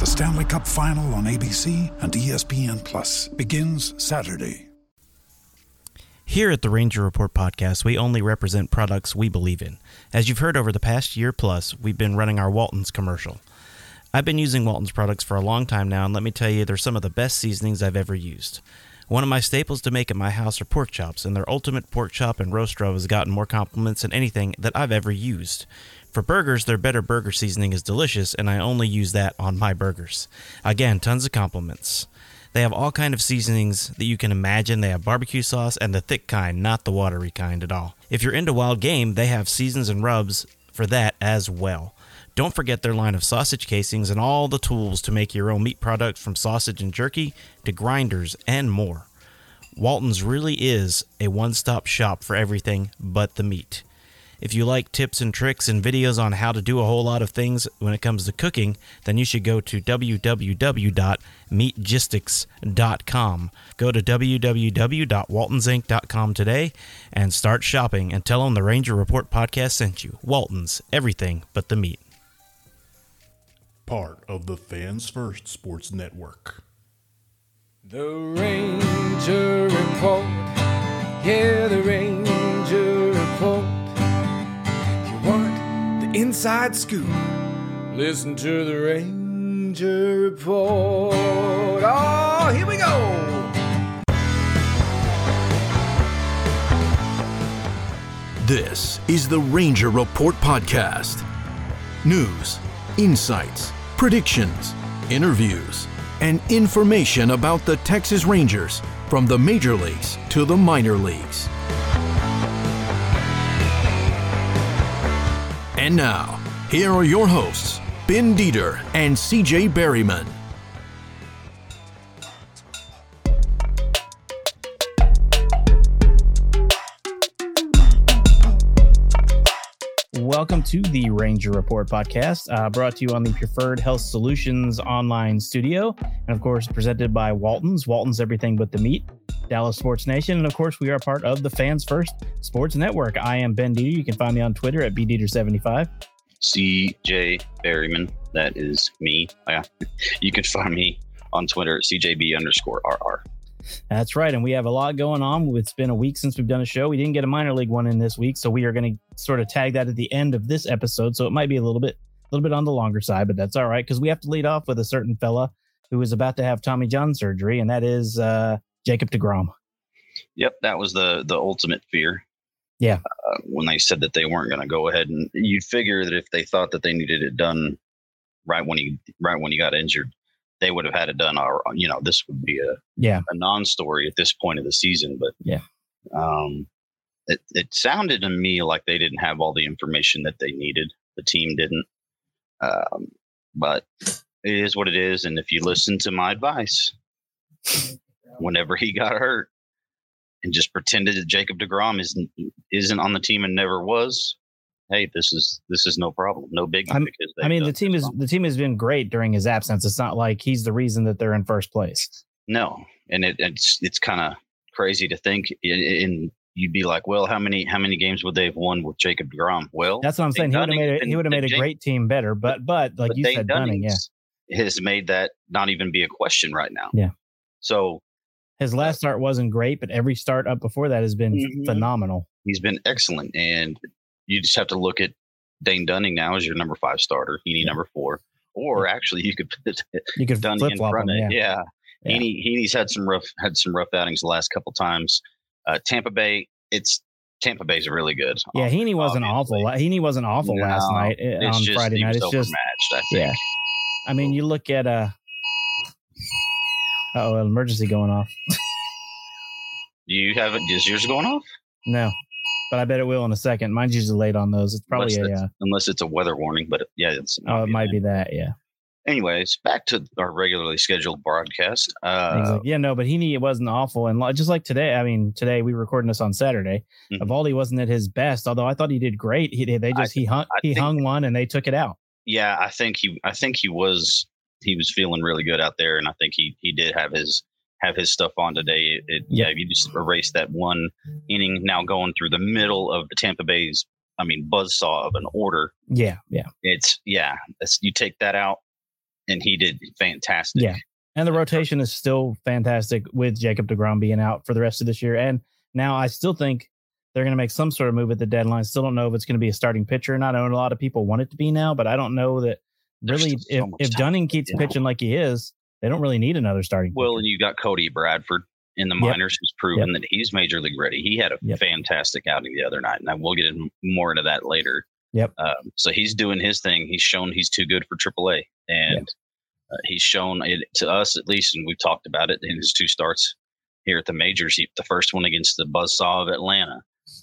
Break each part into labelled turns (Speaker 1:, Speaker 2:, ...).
Speaker 1: The Stanley Cup Final on ABC and E ESPN Plus begins Saturday.
Speaker 2: Here at the Ranger Report podcast, we only represent products we believe in. As you've heard over the past year plus, we've been running our Walton's commercial. I've been using Walton's products for a long time now, and let me tell you, they're some of the best seasonings I've ever used. One of my staples to make at my house are pork chops, and their ultimate pork chop and roast rub has gotten more compliments than anything that I've ever used. For burgers, their better burger seasoning is delicious, and I only use that on my burgers. Again, tons of compliments. They have all kind of seasonings that you can imagine. They have barbecue sauce and the thick kind, not the watery kind at all. If you're into wild game, they have seasons and rubs for that as well. Don't forget their line of sausage casings and all the tools to make your own meat products from sausage and jerky to grinders and more. Walton's really is a one stop shop for everything but the meat. If you like tips and tricks and videos on how to do a whole lot of things when it comes to cooking, then you should go to www.meatgistics.com. Go to www.waltonsinc.com today and start shopping and tell them the Ranger Report podcast sent you. Walton's, everything but the meat.
Speaker 3: Part of the Fans First Sports Network.
Speaker 4: The Ranger Report. Yeah, the Ranger Report. You want the inside scoop? Listen to the Ranger Report. Oh, here we go.
Speaker 5: This is the Ranger Report Podcast. News, insights, predictions, interviews, and information about the Texas Rangers from the major leagues to the minor leagues. And now, here are your hosts, Ben Dieter and CJ Berryman.
Speaker 2: Welcome to the Ranger Report podcast, uh, brought to you on the Preferred Health Solutions online studio, and of course, presented by Walton's, Walton's Everything But the Meat, Dallas Sports Nation. And of course, we are part of the Fans First Sports Network. I am Ben Dieter. You can find me on Twitter at BDieter75.
Speaker 6: CJ Berryman. That is me. Oh, Yeah. You can find me on Twitter, CJB underscore RR.
Speaker 2: That's right. And we have a lot going on. It's been a week since we've done a show. We didn't get a minor league one in this week, so we are going to sort of tag that at the end of this episode. So it might be a little bit, a little bit on the longer side, but that's all right because we have to lead off with a certain fella who is about to have Tommy John surgery, and that is uh, Jacob Degrom.
Speaker 6: Yep, that was the the ultimate fear.
Speaker 2: Yeah.
Speaker 6: Uh, when they said that they weren't going to go ahead and you'd figure that if they thought that they needed it done right when he right when he got injured, they would have had it done or you know, this would be a
Speaker 2: Yeah,
Speaker 6: a non-story at this point of the season, but
Speaker 2: Yeah.
Speaker 6: um, it it sounded to me like they didn't have all the information that they needed. The team didn't, um, but it is what it is. And if you listen to my advice, whenever he got hurt, and just pretended that Jacob Degrom isn't isn't on the team and never was, hey, this is this is no problem, no big.
Speaker 2: I'm-
Speaker 6: because
Speaker 2: I
Speaker 6: they've
Speaker 2: mean the
Speaker 6: done
Speaker 2: team
Speaker 6: this
Speaker 2: is the team has been great during his absence. It's not like he's the reason that they're in first place.
Speaker 6: No, and it, it's it's kind of crazy to think. i- And you'd be like, well, how many how many games would they have won with Jacob Degrom? Well,
Speaker 2: That's what I'm saying. He would have
Speaker 6: Dunning
Speaker 2: made a,
Speaker 6: and-
Speaker 2: he would have
Speaker 6: and
Speaker 2: made a
Speaker 6: Jake-
Speaker 2: great team better, but but like you
Speaker 6: Dane
Speaker 2: said, Dunning, yeah.
Speaker 6: Dunning's has made that not even be a question right now.
Speaker 2: Yeah.
Speaker 6: So
Speaker 2: His last start wasn't great, but every start up before that has been
Speaker 6: Mhm.
Speaker 2: phenomenal.
Speaker 6: he's been excellent, and you just have to look at Dane Dunning now as your number five starter. You need number four, or actually, you could put
Speaker 2: You could
Speaker 6: Dunning
Speaker 2: flip
Speaker 6: in
Speaker 2: flop him.
Speaker 6: front of
Speaker 2: Yeah.
Speaker 6: yeah. Yeah. Heaney, Heaney's had some rough had some rough outings the last couple times. Uh, Tampa Bay, it's Tampa Bay's really good.
Speaker 2: Yeah, Heaney wasn't
Speaker 6: Obviously.
Speaker 2: awful. Heaney wasn't awful last
Speaker 6: No,
Speaker 2: night uh,
Speaker 6: it's
Speaker 2: on
Speaker 6: just-
Speaker 2: Friday
Speaker 6: he
Speaker 2: night.
Speaker 6: was
Speaker 2: It's just
Speaker 6: overmatched, I think.
Speaker 2: yeah. I mean, you look at uh oh, an emergency going off.
Speaker 6: Do you have it? Is yours going off?
Speaker 2: No, but I bet it will in a second. Mine's usually late on those. It's probably
Speaker 6: unless,
Speaker 2: a
Speaker 6: it's,
Speaker 2: uh,
Speaker 6: unless it's a weather warning, but it- yeah, it's
Speaker 2: oh, it might be that. Yeah,
Speaker 6: Anyways, back to our regularly scheduled broadcast.
Speaker 2: And he's
Speaker 6: Uh,
Speaker 2: like, yeah, no, but Heaney it wasn't awful, and li- just like today, I mean, today we were recording this on Saturday.
Speaker 6: Mhm.
Speaker 2: Evaldi wasn't at his best, although I thought he did great. He they just he hung
Speaker 6: I
Speaker 2: he
Speaker 6: think-
Speaker 2: hung one and they took it out.
Speaker 6: yeah, I think he, I think he was, he was feeling really good out there, and I think he, he did have his, have his stuff on today. It, it-
Speaker 2: Yeah.
Speaker 6: yeah, if you just erase that one inning, now going through the middle of the Tampa Bay's, I mean, buzzsaw of an order.
Speaker 2: Yeah, yeah,
Speaker 6: It's yeah, it's, you take that out, and he did fantastic.
Speaker 2: Yeah. and the rotation is still fantastic with Jacob Degrom being out for the rest of this year, and now I still think they're going to make some sort of move at the deadline. Still don't know if it's going to be a starting pitcher or not. I know a lot of people want it to be now, but I don't know that
Speaker 6: There's
Speaker 2: really.
Speaker 6: still so
Speaker 2: If,
Speaker 6: much
Speaker 2: if
Speaker 6: time
Speaker 2: Dunning keeps
Speaker 6: you know.
Speaker 2: pitching like he is, they don't really need another starting.
Speaker 6: Well, and you got Cody Bradford in the
Speaker 2: Yep.
Speaker 6: minors who's proven that he's major league ready. He had a
Speaker 2: Yep.
Speaker 6: fantastic outing the other night, and I will get in more into that later.
Speaker 2: Yep.
Speaker 6: Um, so he's doing his thing. He's shown he's too good for AAA, and uh, he's shown it to us at least, and we've talked about it in his two starts here at the majors. He, the first one against the buzzsaw of Atlanta,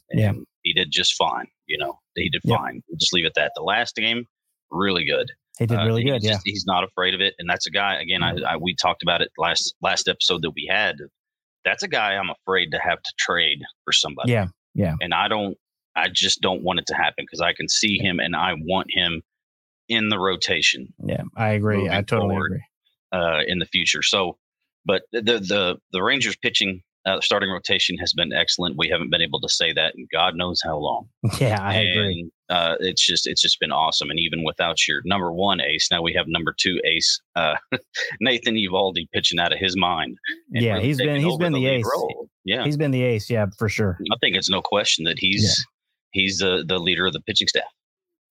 Speaker 6: and
Speaker 2: Yeah.
Speaker 6: he did just fine. You know, he did
Speaker 2: Yep.
Speaker 6: fine. We'll just leave it at that. The last game, really good.
Speaker 2: He did
Speaker 6: Uh,
Speaker 2: really
Speaker 6: he
Speaker 2: good.
Speaker 6: just-
Speaker 2: Yeah, Mm-hmm.
Speaker 6: he's not afraid of it, and that's a guy. Again, I, I we talked about it last last episode that we had. That's a guy I'm afraid to have to trade for somebody.
Speaker 2: yeah.
Speaker 6: and I don't. I just don't want it to happen because I can see him and I want him in the rotation
Speaker 2: Yeah, I agree. I
Speaker 6: moving
Speaker 2: totally
Speaker 6: forward.
Speaker 2: agree.
Speaker 6: uh, in the future. So, but the the the Rangers pitching uh, starting rotation has been excellent. We haven't been able to say that in God knows how long.
Speaker 2: Yeah, I agree.
Speaker 6: And, uh, it's just it's just been awesome. And even without your number one ace, now we have number two ace, uh, Nathan Evaldi pitching out of his mind. and
Speaker 2: Yeah,
Speaker 6: really
Speaker 2: he's been
Speaker 6: taking
Speaker 2: he's
Speaker 6: over
Speaker 2: been the,
Speaker 6: lead
Speaker 2: ace.
Speaker 6: role. Yeah,
Speaker 2: He's been the ace. Yeah, for sure.
Speaker 6: I think it's no question that he's he's the the leader of the pitching staff.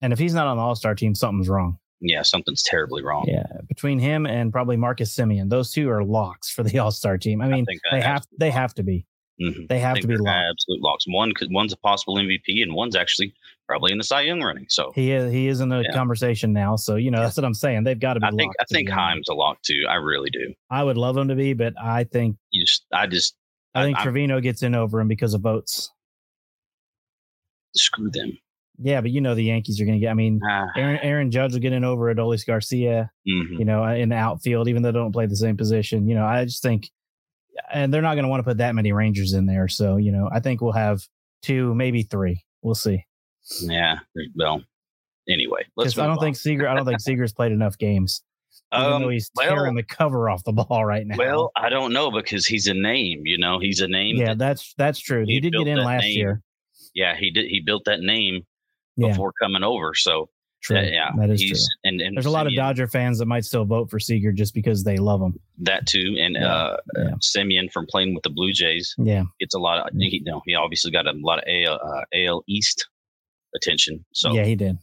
Speaker 2: And if he's not on the All Star team, something's wrong.
Speaker 6: Yeah, something's terribly wrong.
Speaker 2: Yeah, between him and probably Marcus Simeon, those two are locks for the All Star team. I mean,
Speaker 6: think
Speaker 2: they
Speaker 6: I
Speaker 2: have they have to be
Speaker 6: Mhm.
Speaker 2: they have
Speaker 6: think
Speaker 2: to be
Speaker 6: they're
Speaker 2: locked.
Speaker 6: absolute locks. One could, one's a possible MVP, and one's actually probably in the Cy Young running. So
Speaker 2: He is he is in the
Speaker 6: Yeah.
Speaker 2: conversation now, so you know that's what I'm saying. They've got to be.
Speaker 6: I think
Speaker 2: locked,
Speaker 6: I
Speaker 2: to be
Speaker 6: think
Speaker 2: honest.
Speaker 6: Heim's a lock too. I really do.
Speaker 2: I would love him to be, but I think
Speaker 6: You just I just
Speaker 2: I, think
Speaker 6: I- I'm-
Speaker 2: Trevino gets in over him because of votes.
Speaker 6: screw them.
Speaker 2: Yeah, but you know the Yankees are going to get. I mean,
Speaker 6: Ah,
Speaker 2: Aaron Aaron Judge will get in over Adolis Garcia.
Speaker 6: mhm.
Speaker 2: you know, uh, in the outfield, even though they don't play the same position. You know, I just think, and they're not going to want to put that many Rangers in there. So, you know, I think we'll have two, maybe three. We'll see.
Speaker 6: Yeah. Well, anyway, let's.
Speaker 2: 'Cause I
Speaker 6: move
Speaker 2: don't
Speaker 6: on.
Speaker 2: think Seager, I don't think Seager's played enough games. Even though
Speaker 6: Um,
Speaker 2: he's tearing
Speaker 6: well,
Speaker 2: the cover off the ball right now.
Speaker 6: well, I don't know because he's a name. You know, he's a name.
Speaker 2: yeah,
Speaker 6: that-
Speaker 2: that's that's true. He
Speaker 6: he
Speaker 2: did
Speaker 6: built
Speaker 2: get in
Speaker 6: that
Speaker 2: last
Speaker 6: name.
Speaker 2: year.
Speaker 6: yeah. He did. He built that name
Speaker 2: Yeah.
Speaker 6: before coming over. So
Speaker 2: True.
Speaker 6: that- yeah,
Speaker 2: that is true.
Speaker 6: he's and, and
Speaker 2: There's a lot of
Speaker 6: Simeon,
Speaker 2: Dodger fans that might still vote for Seager just because they love him.
Speaker 6: that too, and
Speaker 2: Yeah,
Speaker 6: uh,
Speaker 2: yeah. Mm.
Speaker 6: Simeon from playing with the Blue Jays
Speaker 2: Yeah.
Speaker 6: gets a lot of. He, no, he obviously got a lot of AL, uh, AL East attention. So
Speaker 2: yeah, he did.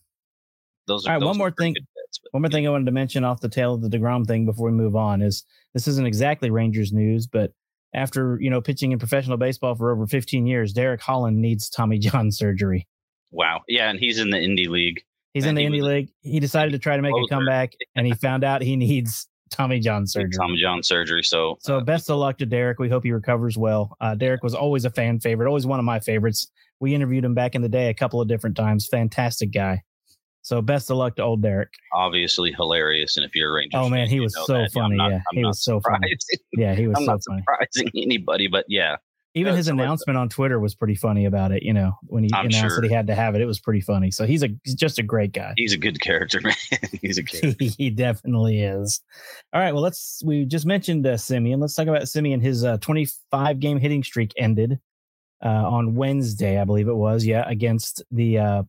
Speaker 6: those. Are,
Speaker 2: All right,
Speaker 6: those
Speaker 2: one
Speaker 6: are
Speaker 2: more
Speaker 6: pretty
Speaker 2: thing-
Speaker 6: good bets, but-
Speaker 2: One more thing I wanted to mention off the tail of the DeGrom thing before we move on is this isn't exactly Rangers news, but after, you know, pitching in professional baseball for over 15 years, Derek Holland needs Tommy John surgery.
Speaker 6: Wow. Yeah, and he's in the Indy League.
Speaker 2: He's
Speaker 6: And
Speaker 2: in
Speaker 6: he
Speaker 2: the Indie
Speaker 6: was a-
Speaker 2: League. He decided to try to make a
Speaker 6: closer.
Speaker 2: comeback and he found out he needs Tommy John surgery.
Speaker 6: Tommy John surgery. So,
Speaker 2: So best of luck to Derek. We hope he recovers well. Uh, Derek was always a fan favorite, always one of my favorites. We interviewed him back in the day a couple of different times. Fantastic guy. So best of luck to old Derek.
Speaker 6: obviously hilarious. And if you're a Rangers,
Speaker 2: Oh, man,
Speaker 6: fan,
Speaker 2: he
Speaker 6: you
Speaker 2: was
Speaker 6: know
Speaker 2: so
Speaker 6: that. I'm
Speaker 2: funny,
Speaker 6: not-
Speaker 2: yeah.
Speaker 6: I'm
Speaker 2: He
Speaker 6: not
Speaker 2: was so funny.
Speaker 6: surprised.
Speaker 2: Yeah, he was
Speaker 6: I'm
Speaker 2: so
Speaker 6: not
Speaker 2: funny.
Speaker 6: surprising anybody, but yeah,
Speaker 2: even
Speaker 6: Uh,
Speaker 2: his
Speaker 6: so what-
Speaker 2: announcement on Twitter was pretty funny about it. You know, when he
Speaker 6: I'm
Speaker 2: announced
Speaker 6: sure.
Speaker 2: that he had to have it, it was pretty funny. So he's a he's just a great guy.
Speaker 6: he's a good character, man. he's a character.
Speaker 2: he definitely is. All right, well let's we just mentioned uh, Simeon. Let's talk about Simeon. His uh, 25 game hitting streak ended uh, on Wednesday, I believe it was. Yeah, against the uh,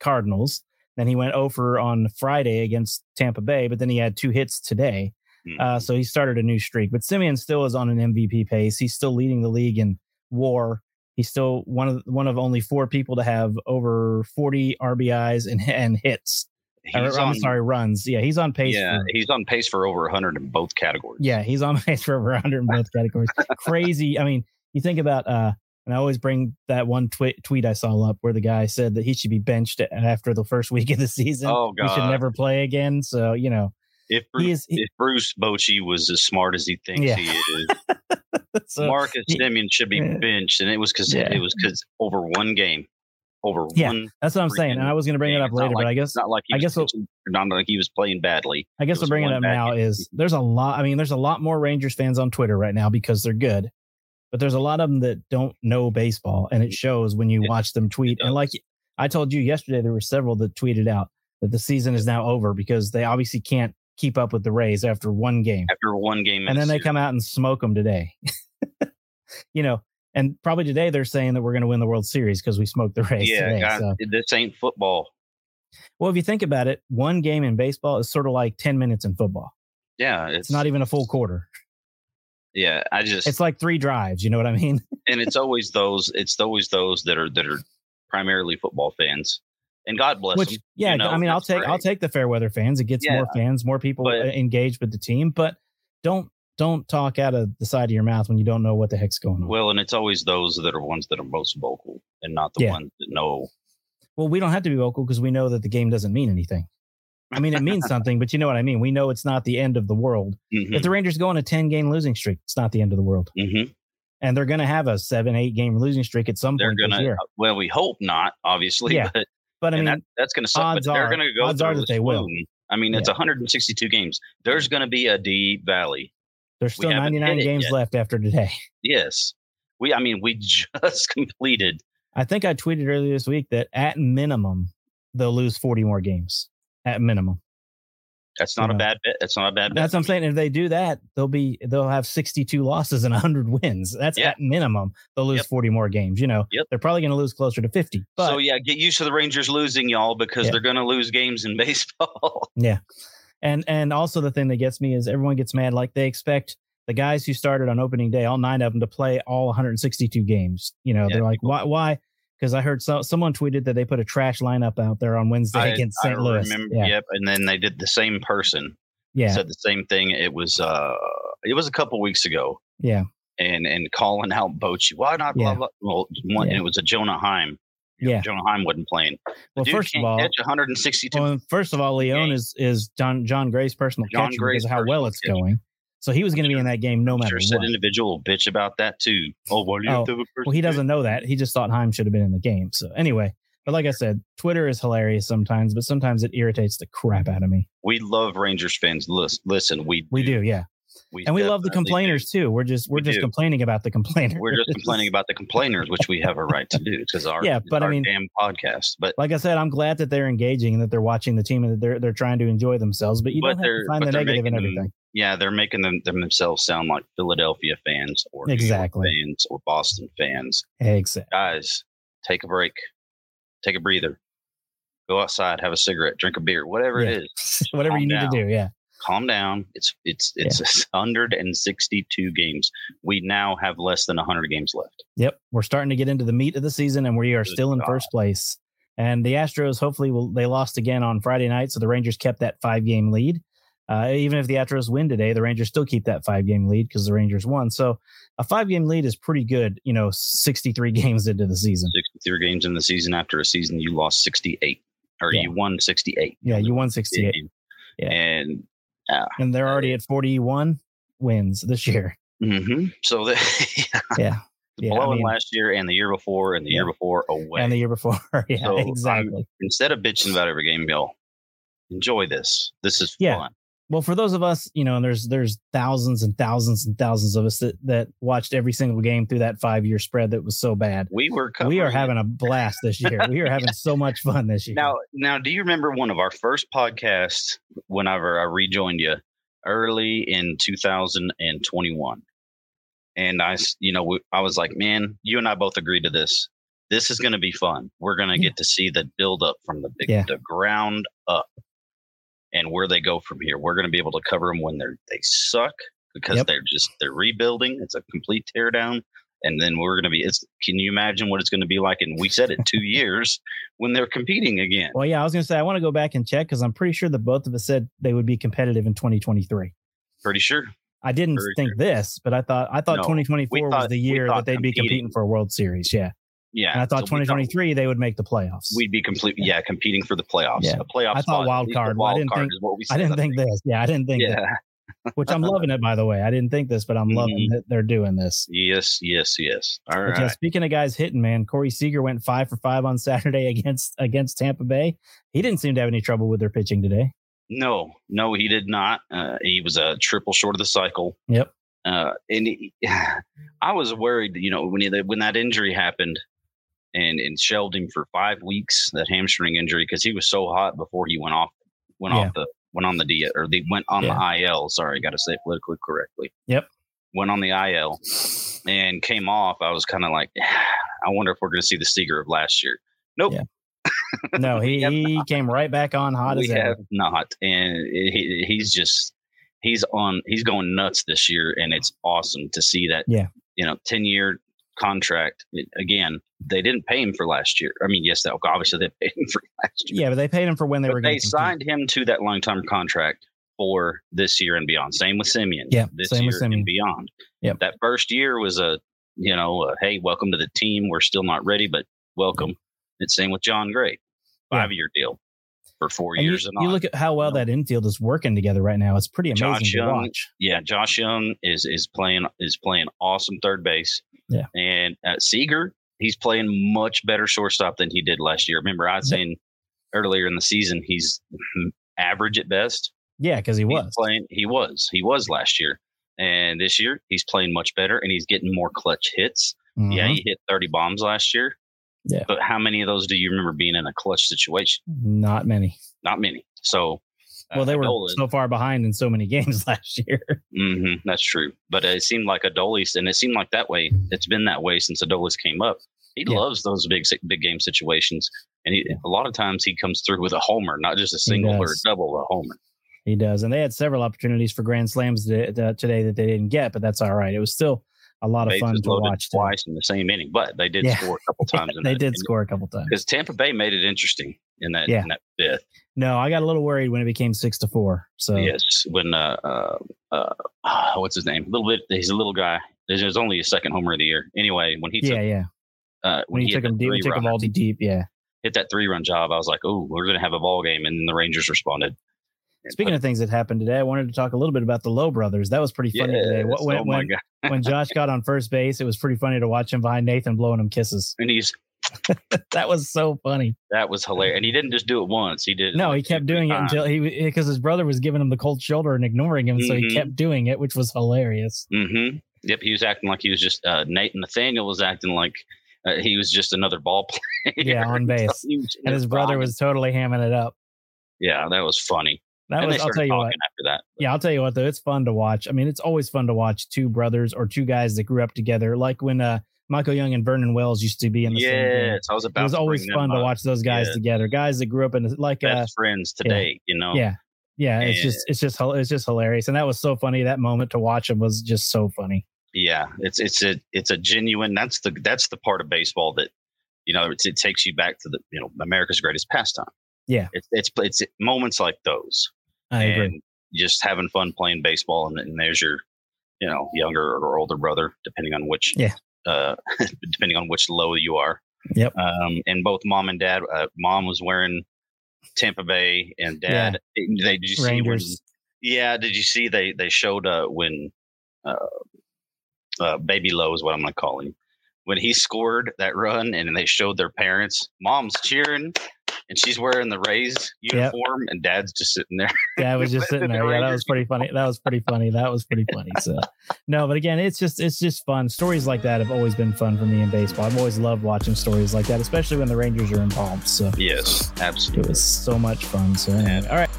Speaker 2: Cardinals. Then he went over on Friday against Tampa Bay, but then he had two hits today.
Speaker 6: Mm.
Speaker 2: Uh, so he started a new streak. But Simeon still is on an MVP pace. He's still leading the league in WAR. He's still one of one of only four people to have over 40 RBIs and and hits Or,
Speaker 6: He's
Speaker 2: I'm
Speaker 6: on,
Speaker 2: sorry, runs. Yeah, he's on pace.
Speaker 6: yeah,
Speaker 2: for-
Speaker 6: he's on pace for over 100 in both categories.
Speaker 2: Yeah, he's on pace for over 100 in both categories. Crazy. I mean, you think about, uh, and I always bring that one tweet tweet I saw up where the guy said that he should be benched after the first week of the season.
Speaker 6: Oh,
Speaker 2: He should
Speaker 6: God.
Speaker 2: never play again. So you know,
Speaker 6: If Bruce,
Speaker 2: he is. He,
Speaker 6: if Bruce Bochy was as smart as he thinks
Speaker 2: Yeah.
Speaker 6: he is,
Speaker 2: so,
Speaker 6: Marcus
Speaker 2: he-
Speaker 6: Simeon should be
Speaker 2: yeah.
Speaker 6: benched, and it was because
Speaker 2: Yeah.
Speaker 6: it was because over one game, over
Speaker 2: Yeah,
Speaker 6: one.
Speaker 2: that's what I'm saying. And I was going to bring it
Speaker 6: game.
Speaker 2: up
Speaker 6: It's not
Speaker 2: later,
Speaker 6: like-
Speaker 2: but I guess
Speaker 6: It's not like he
Speaker 2: I
Speaker 6: was
Speaker 2: guess we'll-
Speaker 6: pitching- not like he was playing badly.
Speaker 2: I guess
Speaker 6: It
Speaker 2: we'll
Speaker 6: was
Speaker 2: bring it
Speaker 6: one
Speaker 2: up
Speaker 6: back
Speaker 2: now
Speaker 6: end.
Speaker 2: is there's a lot. I mean, there's a lot more Rangers fans on Twitter right now because they're good, but there's a lot of them that don't know baseball, and it shows when you
Speaker 6: It-
Speaker 2: watch them tweet.
Speaker 6: it
Speaker 2: And like
Speaker 6: does.
Speaker 2: I told you yesterday, there were several that tweeted out that the season is now over because they obviously can't keep up with the Rays after one game,
Speaker 6: After one game, in
Speaker 2: and
Speaker 6: a
Speaker 2: then they
Speaker 6: series.
Speaker 2: come out and smoke them today. you know, and probably today they're saying that we're going to win the World Series because we smoked the Rays
Speaker 6: Yeah,
Speaker 2: today.
Speaker 6: God,
Speaker 2: so.
Speaker 6: this ain't football.
Speaker 2: Well, if you think about it, one game in baseball is sort of like ten minutes in football.
Speaker 6: Yeah,
Speaker 2: It's not even a full quarter.
Speaker 6: Yeah, I just
Speaker 2: it's like three drives. You know what I mean?
Speaker 6: and it's always those. It's always those that are that are primarily football fans, and God bless
Speaker 2: Which,
Speaker 6: them.
Speaker 2: yeah,
Speaker 6: you know,
Speaker 2: I mean, I'll
Speaker 6: that's
Speaker 2: take I'll
Speaker 6: great.
Speaker 2: take the fair weather fans. It gets
Speaker 6: Yeah,
Speaker 2: more fans, more people uh,
Speaker 6: but-
Speaker 2: engaged with the team. But don't don't talk out of the side of your mouth when you don't know what the heck's going on. Well,
Speaker 6: Well, and it's always those that are ones that are most vocal, and not the
Speaker 2: Yeah.
Speaker 6: ones that know.
Speaker 2: we don't have to be vocal because we know that the game doesn't mean anything. I mean, it means something, but you know what I mean. We know it's not the end of the world.
Speaker 6: Mhm,
Speaker 2: If the Rangers go on a ten game losing streak, it's not the end of the world,
Speaker 6: mhm.
Speaker 2: and they're going to have a seven eight game losing streak at some
Speaker 6: They're
Speaker 2: point this
Speaker 6: gonna.
Speaker 2: year.
Speaker 6: Well, we hope not, obviously,
Speaker 2: Yeah,
Speaker 6: but
Speaker 2: But I
Speaker 6: and
Speaker 2: mean,
Speaker 6: that, that's gonna suck.
Speaker 2: odds
Speaker 6: But they're
Speaker 2: are-
Speaker 6: gonna go
Speaker 2: odds are
Speaker 6: through
Speaker 2: that
Speaker 6: a
Speaker 2: they will.
Speaker 6: swoon. I mean, it's
Speaker 2: Yeah.
Speaker 6: 162 games. There's gonna be a D valley.
Speaker 2: there's
Speaker 6: we
Speaker 2: still
Speaker 6: haven't
Speaker 2: ninety
Speaker 6: hit
Speaker 2: nine
Speaker 6: it
Speaker 2: games
Speaker 6: yet.
Speaker 2: left after today.
Speaker 6: Yes. We, I mean, we just completed.
Speaker 2: I think I tweeted earlier this week that at minimum they'll lose 40 more games at minimum.
Speaker 6: That's not
Speaker 2: Yeah.
Speaker 6: a bad bet. That's not a bad bet.
Speaker 2: That's what I'm saying. If they do that, they'll be they'll have 62 losses and 100 wins. That's
Speaker 6: Yeah.
Speaker 2: at minimum. They'll lose
Speaker 6: Yep.
Speaker 2: 40 more games. You know,
Speaker 6: Yep.
Speaker 2: they're probably going to lose closer to 50. But
Speaker 6: so yeah, get used to the Rangers losing y'all because
Speaker 2: Yeah.
Speaker 6: they're going to lose games in baseball.
Speaker 2: and and also the thing that gets me is everyone gets mad like they expect the guys who started on opening day, all nine of them, to play all 162 games. You know,
Speaker 6: Yeah,
Speaker 2: they're like, why? Why? Because I heard so, someone tweeted that they put a trash lineup out there on Wednesday against St. Louis.
Speaker 6: remember.
Speaker 2: yeah,
Speaker 6: Yep. And then they did the same person
Speaker 2: yeah,
Speaker 6: said the same thing. It was uh, it was a couple weeks ago,
Speaker 2: yeah.
Speaker 6: and and calling out Bochy. Why not? Blah
Speaker 2: Yeah.
Speaker 6: blah. Well, one,
Speaker 2: Yeah.
Speaker 6: it was a Jonah Heim.
Speaker 2: Yeah.
Speaker 6: Jonah Heim wasn't playing. The
Speaker 2: Well,
Speaker 6: dude
Speaker 2: first of
Speaker 6: can't
Speaker 2: all, Oh,
Speaker 6: catch 162.
Speaker 2: Well, and first of all, Leon is is John John Gray's personal
Speaker 6: John
Speaker 2: catcher because
Speaker 6: Gray's
Speaker 2: of how well
Speaker 6: personal
Speaker 2: it's
Speaker 6: catcher.
Speaker 2: going. So he was going to be in that game no matter
Speaker 6: sure, said
Speaker 2: what.
Speaker 6: individual will bitch about that too. Oh, why do you
Speaker 2: Oh,
Speaker 6: have to have a first
Speaker 2: Well, he
Speaker 6: pitch?
Speaker 2: doesn't know that. He just thought Heim should have been in the game. So anyway, but like I said, Twitter is hilarious sometimes, but sometimes it irritates the crap out of me.
Speaker 6: We love Rangers fans. Listen, listen we
Speaker 2: We do, yeah, and we love the
Speaker 6: definitely do.
Speaker 2: complainers too. We're just we're
Speaker 6: We
Speaker 2: just
Speaker 6: do.
Speaker 2: complaining about the complainers.
Speaker 6: We're just complaining about the complainers, which we have a right to do because our
Speaker 2: Yeah,
Speaker 6: it's
Speaker 2: but I
Speaker 6: our
Speaker 2: mean-
Speaker 6: damn podcast. But
Speaker 2: Like I said, I'm glad that they're engaging and that they're watching the team and that they're they're trying to enjoy themselves. But you
Speaker 6: But
Speaker 2: don't have to
Speaker 6: they're-
Speaker 2: find
Speaker 6: but
Speaker 2: the
Speaker 6: they're
Speaker 2: negative in
Speaker 6: making them-
Speaker 2: everything.
Speaker 6: yeah, they're making them, them themselves sound like Philadelphia fans or New York
Speaker 2: Exactly.
Speaker 6: fans or Boston fans.
Speaker 2: Exactly.
Speaker 6: Guys, take a break, take a breather, go outside, have a cigarette, drink a beer, whatever
Speaker 2: Yeah.
Speaker 6: it is.
Speaker 2: Whatever
Speaker 6: calm
Speaker 2: you need
Speaker 6: down.
Speaker 2: to do, yeah.
Speaker 6: Calm down. It's it's it's 162 games. We now have less than 100 games left.
Speaker 2: Yep, we're starting to get into the meat of the season, and we are
Speaker 6: Good
Speaker 2: still in
Speaker 6: God.
Speaker 2: first place. And the Astros, hopefully, will they lost again on Friday night, so the Rangers kept that five game lead. Uh, even if the Astros win today, the Rangers still keep that five game lead because the Rangers won. So a five game lead is pretty good, you know, sixty three games into the season.
Speaker 6: 63 games in the season after a season you lost 68 or
Speaker 2: Yeah.
Speaker 6: you won 68.
Speaker 2: Yeah, you won sixty eight,
Speaker 6: game.
Speaker 2: Yeah.
Speaker 6: And
Speaker 2: and they're already at forty one wins this year.
Speaker 6: hmm so the
Speaker 2: Yeah,
Speaker 6: the
Speaker 2: Yeah, I
Speaker 6: blowing
Speaker 2: mean-
Speaker 6: last year and the year before and the year before away.
Speaker 2: and the year before. yeah,
Speaker 6: So, I'm-
Speaker 2: exactly.
Speaker 6: Instead of bitching about every game, y'all enjoy this. This is
Speaker 2: Yeah.
Speaker 6: fun.
Speaker 2: well for those of us you know and there's there's thousands and thousands and thousands of us that that watched every single game through that five year spread that was so bad
Speaker 6: We were
Speaker 2: we are
Speaker 6: covering it.
Speaker 2: having a blast this year we are having so much fun this year
Speaker 6: now. Now, do you remember one of our first podcasts? Whenever I rejoined you early in 2021, and I, s- you know, we, I was like, man, you and I both agreed to this. This is going to be fun. We're going to
Speaker 2: Yeah.
Speaker 6: get to see the build up from the big,
Speaker 2: Yeah.
Speaker 6: the ground up, and where they go from here. We're going to be able to cover them when they're they suck because
Speaker 2: Yep.
Speaker 6: they're just they're rebuilding. It's a complete teardown. and then we're going to be. It's, can you imagine what it's going to be like? And we said it two years when they're competing again.
Speaker 2: Well, yeah, I was going to say I want to go back and check because I'm pretty sure the both of us said they would be competitive in 2023.
Speaker 6: Pretty sure.
Speaker 2: I didn't
Speaker 6: Very
Speaker 2: think
Speaker 6: true.
Speaker 2: this, but I thought I thought
Speaker 6: No,
Speaker 2: 2024
Speaker 6: we
Speaker 2: was
Speaker 6: thought-
Speaker 2: the
Speaker 6: we
Speaker 2: year
Speaker 6: thought
Speaker 2: that they'd be
Speaker 6: competing.
Speaker 2: competing for a World Series. Yeah,
Speaker 6: Yeah,
Speaker 2: and I thought
Speaker 6: so we
Speaker 2: 2023 they would make the playoffs.
Speaker 6: We'd be complete, yeah, competing for the playoffs.
Speaker 2: Yeah.
Speaker 6: A playoff
Speaker 2: I thought
Speaker 6: spot,
Speaker 2: wild
Speaker 6: at least a
Speaker 2: card. Well, I
Speaker 6: Wild
Speaker 2: didn't
Speaker 6: card
Speaker 2: think-
Speaker 6: is what we said,
Speaker 2: I didn't think this. Yeah, I didn't think
Speaker 6: Yeah.
Speaker 2: that. Which I'm loving it, by the way. I didn't think this, but I'm loving
Speaker 6: Mm-hmm.
Speaker 2: that they're doing this.
Speaker 6: Yes. Yes. Yes. All
Speaker 2: But
Speaker 6: right.
Speaker 2: yeah, speaking of guys hitting, man, Corey Seager went five for five on Saturday against against Tampa Bay. He didn't seem to have any trouble with their pitching today.
Speaker 6: No, no, he did not. Uh, he was a triple short of the cycle.
Speaker 2: Yep.
Speaker 6: Uh, and he, I was worried, you know, when he, when that injury happened, and and shelved him for five weeks that hamstring injury because he was so hot before he went off went
Speaker 2: Yeah.
Speaker 6: off the went on the D or they went on the IL. Sorry, got to say it politically correctly.
Speaker 2: Yep.
Speaker 6: Went on the IL and came off. I was kind of like, I wonder if we're going to see the Seeger of last year. Nope.
Speaker 2: Yeah. No, he,
Speaker 6: have
Speaker 2: he came right back on hot
Speaker 6: we
Speaker 2: as ever.
Speaker 6: have not, and it- he, he's just he's on he's going nuts this year, and it's awesome to see that.
Speaker 2: Yeah.
Speaker 6: you know, ten year contract It- again. They didn't pay him for last year. I mean, yes, that obviously they paid him for last year.
Speaker 2: Yeah, but they paid him for when they
Speaker 6: but
Speaker 2: were
Speaker 6: they
Speaker 2: getting
Speaker 6: signed him to that long term contract for this year and beyond. Same with Simeon.
Speaker 2: Yeah,
Speaker 6: this
Speaker 2: same
Speaker 6: year
Speaker 2: with Simeon.
Speaker 6: and beyond.
Speaker 2: Yep.
Speaker 6: that first year was a you know, a, hey, welcome to the team. We're still not ready, but welcome. It's same with John Gray,
Speaker 2: Yeah.
Speaker 6: five year deal for four
Speaker 2: And you,
Speaker 6: years.
Speaker 2: you
Speaker 6: on.
Speaker 2: look at how well
Speaker 6: you know?
Speaker 2: that infield is working together right now. It's pretty amazing
Speaker 6: Josh
Speaker 2: to
Speaker 6: Young.
Speaker 2: watch.
Speaker 6: yeah, Josh Young is is playing is playing awesome third base.
Speaker 2: Yeah.
Speaker 6: and uh, Seager he's playing much better shortstop than he did last year. Remember, I was
Speaker 2: Yeah.
Speaker 6: saying earlier in the season he's average at best.
Speaker 2: Yeah, because he
Speaker 6: He's
Speaker 2: was.
Speaker 6: playing. He was. He was last year, and this year he's playing much better, and he's getting more clutch hits.
Speaker 2: Mhm.
Speaker 6: Yeah, he hit thirty bombs last year.
Speaker 2: Yeah.
Speaker 6: but how many of those do you remember being in a clutch situation?
Speaker 2: Not many.
Speaker 6: Not many. So. uh,
Speaker 2: Well, they were
Speaker 6: Nolan-
Speaker 2: so far behind in so many games last year.
Speaker 6: hmm that's true. But it seemed like Adolis, and it seemed like that way. It's been that way since Adolis came up. He
Speaker 2: Yeah.
Speaker 6: loves those big si- big game situations, and he, a lot of times he comes through with a homer, not just a single or a
Speaker 2: does.
Speaker 6: double, a homer.
Speaker 2: He does, and they had several opportunities for grand slams th- th- today that they didn't get, but that's all right. It was still a lot of
Speaker 6: Bases
Speaker 2: fun to
Speaker 6: loaded
Speaker 2: watch. today.
Speaker 6: twice in the same inning, but they did
Speaker 2: Yeah.
Speaker 6: score a couple times. in
Speaker 2: they
Speaker 6: that
Speaker 2: did score a couple times.
Speaker 6: because Tampa Bay made it interesting in that
Speaker 2: Yeah.
Speaker 6: in that fifth.
Speaker 2: No, I got a little worried when it became six to four. So
Speaker 6: Yes, when uh, uh uh what's his name? A little bit. He's a little guy. There's there's only his second homer of the year. Anyway, when he
Speaker 2: yeah,
Speaker 6: took
Speaker 2: yeah.
Speaker 6: uh,
Speaker 2: When
Speaker 6: when,
Speaker 2: he, took
Speaker 6: hit
Speaker 2: him
Speaker 6: that
Speaker 2: deep,
Speaker 6: three
Speaker 2: took him
Speaker 6: runner,
Speaker 2: all too deep. Yeah.
Speaker 6: hit that three run job, I was like, oh, we're going to have a ball game. And then the Rangers responded.
Speaker 2: Speaking of things that happened today, I wanted to talk a little bit about the Low Brothers. That was pretty funny today. What, when,
Speaker 6: oh my
Speaker 2: when,
Speaker 6: God.
Speaker 2: when Josh got on first base, it was pretty funny to watch him behind Nathan blowing him kisses.
Speaker 6: And he's,
Speaker 2: That was so funny.
Speaker 6: that was hilarious. And he didn't just do it once. He did. it
Speaker 2: No,
Speaker 6: like
Speaker 2: he kept
Speaker 6: two, three
Speaker 2: doing it
Speaker 6: times.
Speaker 2: until he because his brother was giving him the cold shoulder and ignoring him, so he
Speaker 6: Mhm.
Speaker 2: kept doing it, which was hilarious.
Speaker 6: Mhm. Yep. He was acting like he was just, uh, Nate Nathaniel was acting like uh, he was just another ball player.
Speaker 2: Yeah, on
Speaker 6: So
Speaker 2: base.
Speaker 6: he was in
Speaker 2: And his brother
Speaker 6: box.
Speaker 2: was totally hamming it up.
Speaker 6: Yeah, that was funny.
Speaker 2: That
Speaker 6: and
Speaker 2: was
Speaker 6: they
Speaker 2: I'll
Speaker 6: started
Speaker 2: tell you
Speaker 6: talking
Speaker 2: what.
Speaker 6: after that.
Speaker 2: Yeah, I'll tell you what though, it's fun to watch. I mean, it's always fun to watch two brothers or two guys that grew up together, like when uh, Michael Young and Vernon Wells used to be in the same game.
Speaker 6: Yes, I was about.
Speaker 2: it was
Speaker 6: to bring
Speaker 2: always
Speaker 6: them
Speaker 2: fun to
Speaker 6: up.
Speaker 2: watch those guys
Speaker 6: Yeah.
Speaker 2: together. Guys that grew up in like uh,
Speaker 6: Best friends today, you know.
Speaker 2: yeah, yeah. It's just it's just hil- it's just hilarious, and that was so funny. That moment to watch him was just so funny.
Speaker 6: Yeah, it's it's a it's a genuine. That's the that's the part of baseball that you know it's, it takes you back to the you know America's greatest pastime.
Speaker 2: Yeah.
Speaker 6: it's it's it's moments like those,
Speaker 2: I agree.
Speaker 6: just having fun playing baseball, and, and there's your you know younger or older brother, depending on which
Speaker 2: Yeah.
Speaker 6: uh, depending on which low you are.
Speaker 2: Yep.
Speaker 6: Um, and both mom and dad, uh, mom was wearing Tampa Bay, and
Speaker 2: Yeah.
Speaker 6: dad eh, they did you see when-
Speaker 2: Rangers.
Speaker 6: yeah, did you see they they showed uh when uh, uh Baby Low is what I'm gonna call him. When he scored that run and they showed their parents, mom's cheering and she's wearing the Rays
Speaker 2: Yep.
Speaker 6: uniform and dad's just sitting there.
Speaker 2: Yeah, I was just sitting
Speaker 6: Listen to
Speaker 2: there. Yeah, that
Speaker 6: Rangers
Speaker 2: was pretty funny. That was pretty funny. That was pretty funny. So no, but again, it's just it's just fun. Stories like that have always been fun for me in baseball. I've always loved watching stories like that, especially when the Rangers are involved. So
Speaker 6: Yes, absolutely.
Speaker 2: it was so much fun. So anyway, all right.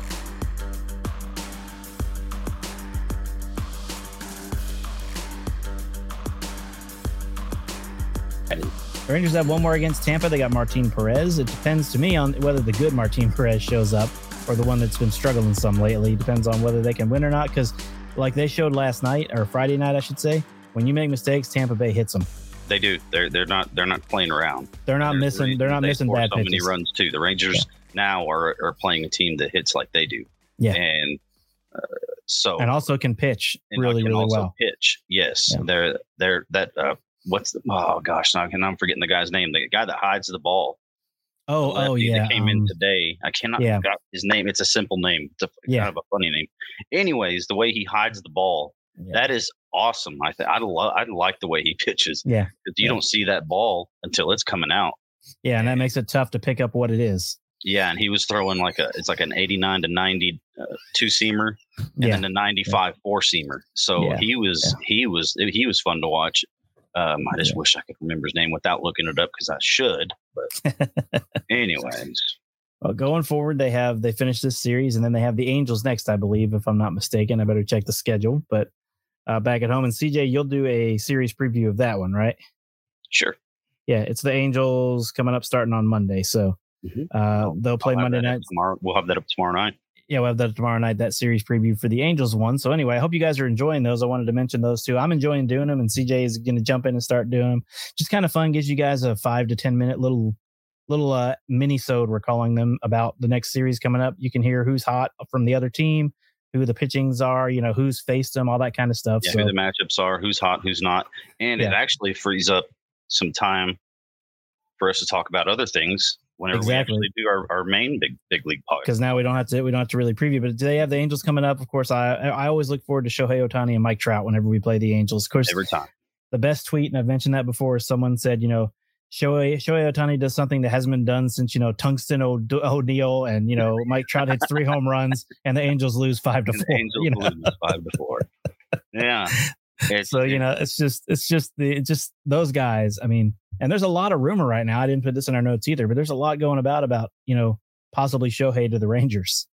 Speaker 2: The Rangers have one more against Tampa. They got Martin Perez. It depends to me on whether the good Martin Perez shows up or the one that's been struggling some lately. Depends on whether they can win or not. Because, like they showed last night or Friday night, I should say, when you make mistakes, Tampa Bay hits them.
Speaker 6: They do. They're they're not they're not playing around.
Speaker 2: They're not
Speaker 6: There's a
Speaker 2: missing. They're
Speaker 6: reason
Speaker 2: not
Speaker 6: they
Speaker 2: missing
Speaker 6: score
Speaker 2: bad
Speaker 6: so
Speaker 2: pitches.
Speaker 6: many runs too. The Rangers now are are playing a team that hits like they do.
Speaker 2: Yeah.
Speaker 6: and uh, so
Speaker 2: and also can pitch
Speaker 6: and I
Speaker 2: really,
Speaker 6: can
Speaker 2: really
Speaker 6: also
Speaker 2: well.
Speaker 6: Pitch, yes.
Speaker 2: Yeah.
Speaker 6: They're they're that. Uh, what's the? Oh gosh, now I'm forgetting the guy's name. The guy that hides the ball. the
Speaker 2: Oh, oh
Speaker 6: lefty
Speaker 2: yeah.
Speaker 6: that came
Speaker 2: um,
Speaker 6: in today. I cannot
Speaker 2: yeah.
Speaker 6: forgot his name. It's a simple name. It's a,
Speaker 2: Yeah.
Speaker 6: kind of a funny name. Anyways, the way he hides the ball,
Speaker 2: Yeah.
Speaker 6: that is awesome. I think I love. I like the way he pitches.
Speaker 2: Yeah.
Speaker 6: 'Cause you
Speaker 2: Yeah.
Speaker 6: don't see that ball until it's coming out.
Speaker 2: yeah, and that makes it tough to pick up what it is.
Speaker 6: Yeah, and he was throwing like a it's like an 89 to 90 uh, two seamer and
Speaker 2: Yeah,
Speaker 6: then a 95 four seamer. So
Speaker 2: Yeah.
Speaker 6: he was he was he was fun to watch. Um, I just
Speaker 2: Yeah.
Speaker 6: wish I could remember his name without looking it up because I should. But anyways,
Speaker 2: Well, uh, going forward, they have they finish this series, and then they have the Angels next, I believe, if I'm not mistaken. I better check the schedule, but uh, back at home, and CJ, you'll do a series preview of that one, right?
Speaker 6: sure.
Speaker 2: Yeah, it's the Angels coming up starting on Monday, so
Speaker 6: Mhm.
Speaker 2: uh, they'll play
Speaker 6: I'll have
Speaker 2: Monday
Speaker 6: that up
Speaker 2: night.
Speaker 6: tomorrow. We'll have that up tomorrow night.
Speaker 2: Yeah, we'll have that tomorrow night. That series preview for the Angels one. So anyway, I hope you guys are enjoying those. I wanted to mention those two. I'm enjoying doing them, and CJ is going to jump in and start doing them. Just kind of fun. Gives you guys a five to ten minute little little uh mini sode we're calling them about the next series coming up. You can hear who's hot from the other team, who the pitchings are, you know, who's faced them, all that kind of stuff.
Speaker 6: yeah,
Speaker 2: so
Speaker 6: who the matchups are, who's hot, who's not, and it
Speaker 2: Yeah.
Speaker 6: actually frees up some time for us to talk about other things whenever
Speaker 2: Exactly.
Speaker 6: we actually do our, our main big big league podcast.
Speaker 2: because now we don't have to we don't have to really preview. But do they have the Angels coming up? Of course, I I always look forward to Shohei Otani and Mike Trout whenever we play the Angels. Of course,
Speaker 6: Every time,
Speaker 2: the best tweet, and I've mentioned that before, is someone said, you know, Shohei, Shohei Otani does something that hasn't been done since, you know, Tungsten O'D- O'Neill and, you know, Mike Trout hits three home runs and the Angels lose five to
Speaker 6: and the
Speaker 2: four.
Speaker 6: Angels
Speaker 2: you know?
Speaker 6: lose five to four. Yeah, It's-
Speaker 2: So, you
Speaker 6: it-
Speaker 2: know, it's just, it's just the, it's just those guys. I mean, and there's a lot of rumor right now. I didn't put this in our notes either, but there's a lot going about, about, you know, possibly Shohei to the Rangers.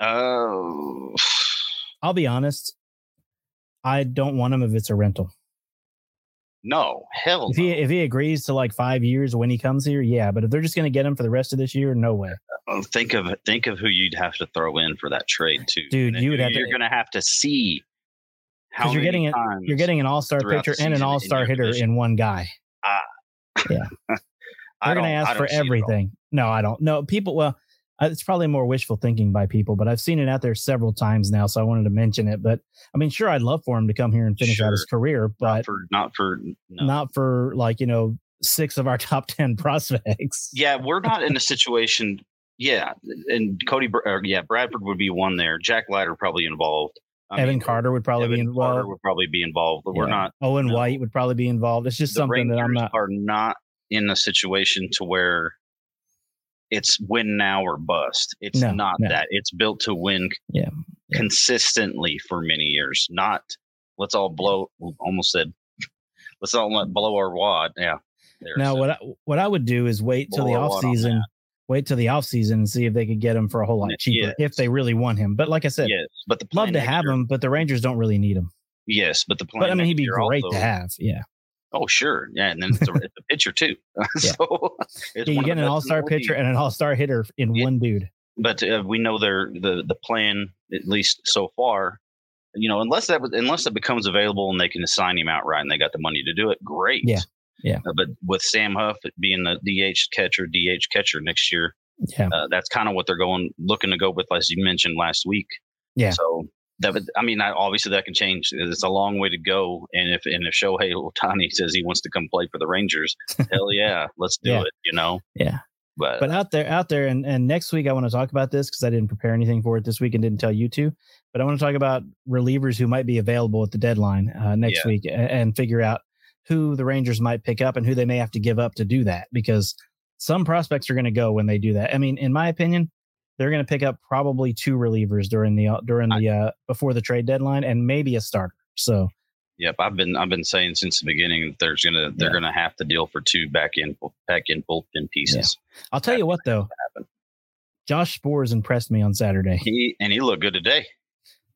Speaker 6: oh,
Speaker 2: I'll be honest. I don't want him if it's a rental.
Speaker 6: no, hell,
Speaker 2: If he
Speaker 6: no.
Speaker 2: if he agrees to like five years when he comes here, yeah. But if they're just going to get him for the rest of this year, no way.
Speaker 6: Oh, think of think of who you'd have to throw in for that trade too,
Speaker 2: Dude,
Speaker 6: And
Speaker 2: you would
Speaker 6: who
Speaker 2: have to-
Speaker 6: You're gonna have to see how
Speaker 2: 'Cause you're
Speaker 6: many
Speaker 2: getting it-
Speaker 6: times
Speaker 2: You're getting an all star
Speaker 6: throughout
Speaker 2: pitcher
Speaker 6: the
Speaker 2: and
Speaker 6: season in
Speaker 2: an all star
Speaker 6: your
Speaker 2: hitter
Speaker 6: position.
Speaker 2: in one guy.
Speaker 6: I
Speaker 2: They're going to
Speaker 6: don't- I
Speaker 2: ask for
Speaker 6: don't see it at all.
Speaker 2: everything. No, I don't. No, people. Well, uh, it's probably more wishful thinking by people, but I've seen it out there several times now, so I wanted to mention it. But I mean, sure, I'd love for him to come here and finish out his career,
Speaker 6: Not
Speaker 2: but
Speaker 6: for not for no.
Speaker 2: not for like you know six of our top ten prospects.
Speaker 6: yeah, we're not in a situation. Yeah, and Cody, Br- or, yeah, Bradford would be one there. Jack Leiter probably involved. I
Speaker 2: Evan
Speaker 6: mean,
Speaker 2: Carter would probably
Speaker 6: Evan
Speaker 2: be
Speaker 6: Carter
Speaker 2: involved.
Speaker 6: would probably be involved. But We're
Speaker 2: Yeah.
Speaker 6: not.
Speaker 2: Owen
Speaker 6: no.
Speaker 2: White would probably be involved. It's just
Speaker 6: the
Speaker 2: something that I'm
Speaker 6: Rangers
Speaker 2: not.
Speaker 6: Are not in a situation to where it's win now or bust. It's
Speaker 2: No,
Speaker 6: not
Speaker 2: no.
Speaker 6: that. It's built to win. c-
Speaker 2: Yeah, yeah.
Speaker 6: Consistently for many years, not let's all blow. Almost said, let's all let blow our wad. Yeah. There,
Speaker 2: Now
Speaker 6: so-
Speaker 2: what I, what I would do is wait till the
Speaker 6: Blow a lot on
Speaker 2: off season, wait till the off season and see if they could get him for a whole lot
Speaker 6: Yes.
Speaker 2: cheaper if they really want him. But like I said,
Speaker 6: yes, but the
Speaker 2: love
Speaker 6: plan
Speaker 2: to
Speaker 6: next
Speaker 2: have
Speaker 6: year-
Speaker 2: him, but the Rangers don't really need him.
Speaker 6: Yes, but the plan.
Speaker 2: But I mean, he'd
Speaker 6: next
Speaker 2: be
Speaker 6: year
Speaker 2: great
Speaker 6: also-
Speaker 2: to have. Yeah,
Speaker 6: Oh, sure. Yeah. And then it's a, it's a pitcher, too. so it's
Speaker 2: yeah you
Speaker 6: one of
Speaker 2: get
Speaker 6: the
Speaker 2: an
Speaker 6: best
Speaker 2: all star
Speaker 6: in the league.
Speaker 2: pitcher and an all star hitter in
Speaker 6: Yeah.
Speaker 2: one dude.
Speaker 6: But uh, we know they're, the, the plan, at least so far, you know, unless that was, unless it becomes available and they can assign him outright and they got the money to do it, great.
Speaker 2: Yeah, yeah.
Speaker 6: Uh, but with Sam Huff being the DH catcher, DH catcher next year,
Speaker 2: Yeah,
Speaker 6: uh, that's kind of what they're going, looking to go with, as you mentioned last week.
Speaker 2: Yeah.
Speaker 6: So that, would- I mean, I, obviously that can change. It's a long way to go, and if and if Shohei Otani says he wants to come play for the Rangers, hell yeah, let's do
Speaker 2: Yeah.
Speaker 6: it. You know.
Speaker 2: Yeah.
Speaker 6: But,
Speaker 2: but out there, out there, and and next week I want to talk about this because I didn't prepare anything for it this week and didn't tell you to. But I want to talk about relievers who might be available at the deadline uh, next
Speaker 6: Yeah.
Speaker 2: week and, and figure out who the Rangers might pick up and who they may have to give up to do that because some prospects are going to go when they do that. I mean, in my opinion, they're going to pick up probably two relievers during the during the uh, before the trade deadline and maybe a starter. So
Speaker 6: yep, I've been I've been saying since the beginning that there's gonna they're
Speaker 2: Yeah.
Speaker 6: gonna have to deal for two back end back end bullpen pieces.
Speaker 2: I'll tell you what though, Josh Spores impressed me on Saturday.
Speaker 6: He and he looked good today.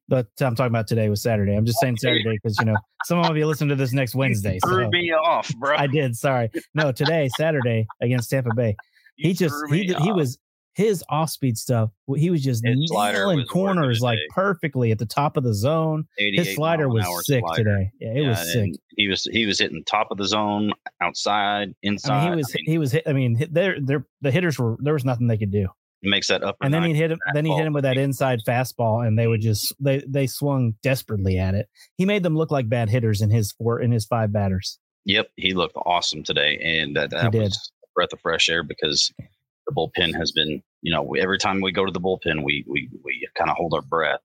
Speaker 2: But I'm talking about today was Saturday. I'm just saying
Speaker 6: Okay.
Speaker 2: Saturday because you know someone will be listening to this next Wednesday.
Speaker 6: Threw
Speaker 2: So
Speaker 6: me off, bro.
Speaker 2: I did. Sorry. No, today Saturday against Tampa Bay,
Speaker 6: You
Speaker 2: he just
Speaker 6: threw
Speaker 2: he
Speaker 6: me
Speaker 2: did, he
Speaker 6: off.
Speaker 2: was his off speed stuff, wh- he was just
Speaker 6: His slider
Speaker 2: nailing
Speaker 6: was working
Speaker 2: corners like
Speaker 6: today.
Speaker 2: perfectly at the top of the zone.
Speaker 6: 88
Speaker 2: His slider
Speaker 6: mile an
Speaker 2: was
Speaker 6: hour
Speaker 2: sick
Speaker 6: slider.
Speaker 2: today. Yeah, it was
Speaker 6: Yeah,
Speaker 2: sick.
Speaker 6: and He was he was hitting top of the zone, outside, inside.
Speaker 2: I mean, he was
Speaker 6: mean,
Speaker 2: he was hit. I mean, hit, their their the hitters were there was nothing they could do.
Speaker 6: he makes that up.
Speaker 2: And then he'd hit him. Then he hit
Speaker 6: fastball.
Speaker 2: him with that inside fastball, and they would just they they swung desperately at it. He made them look like bad hitters in his four in his five batters.
Speaker 6: Yep, he looked awesome today, and that, that
Speaker 2: did.
Speaker 6: was a breath of fresh air because the bullpen has been, you know, every time we go to the bullpen, we we we kind of hold our breath.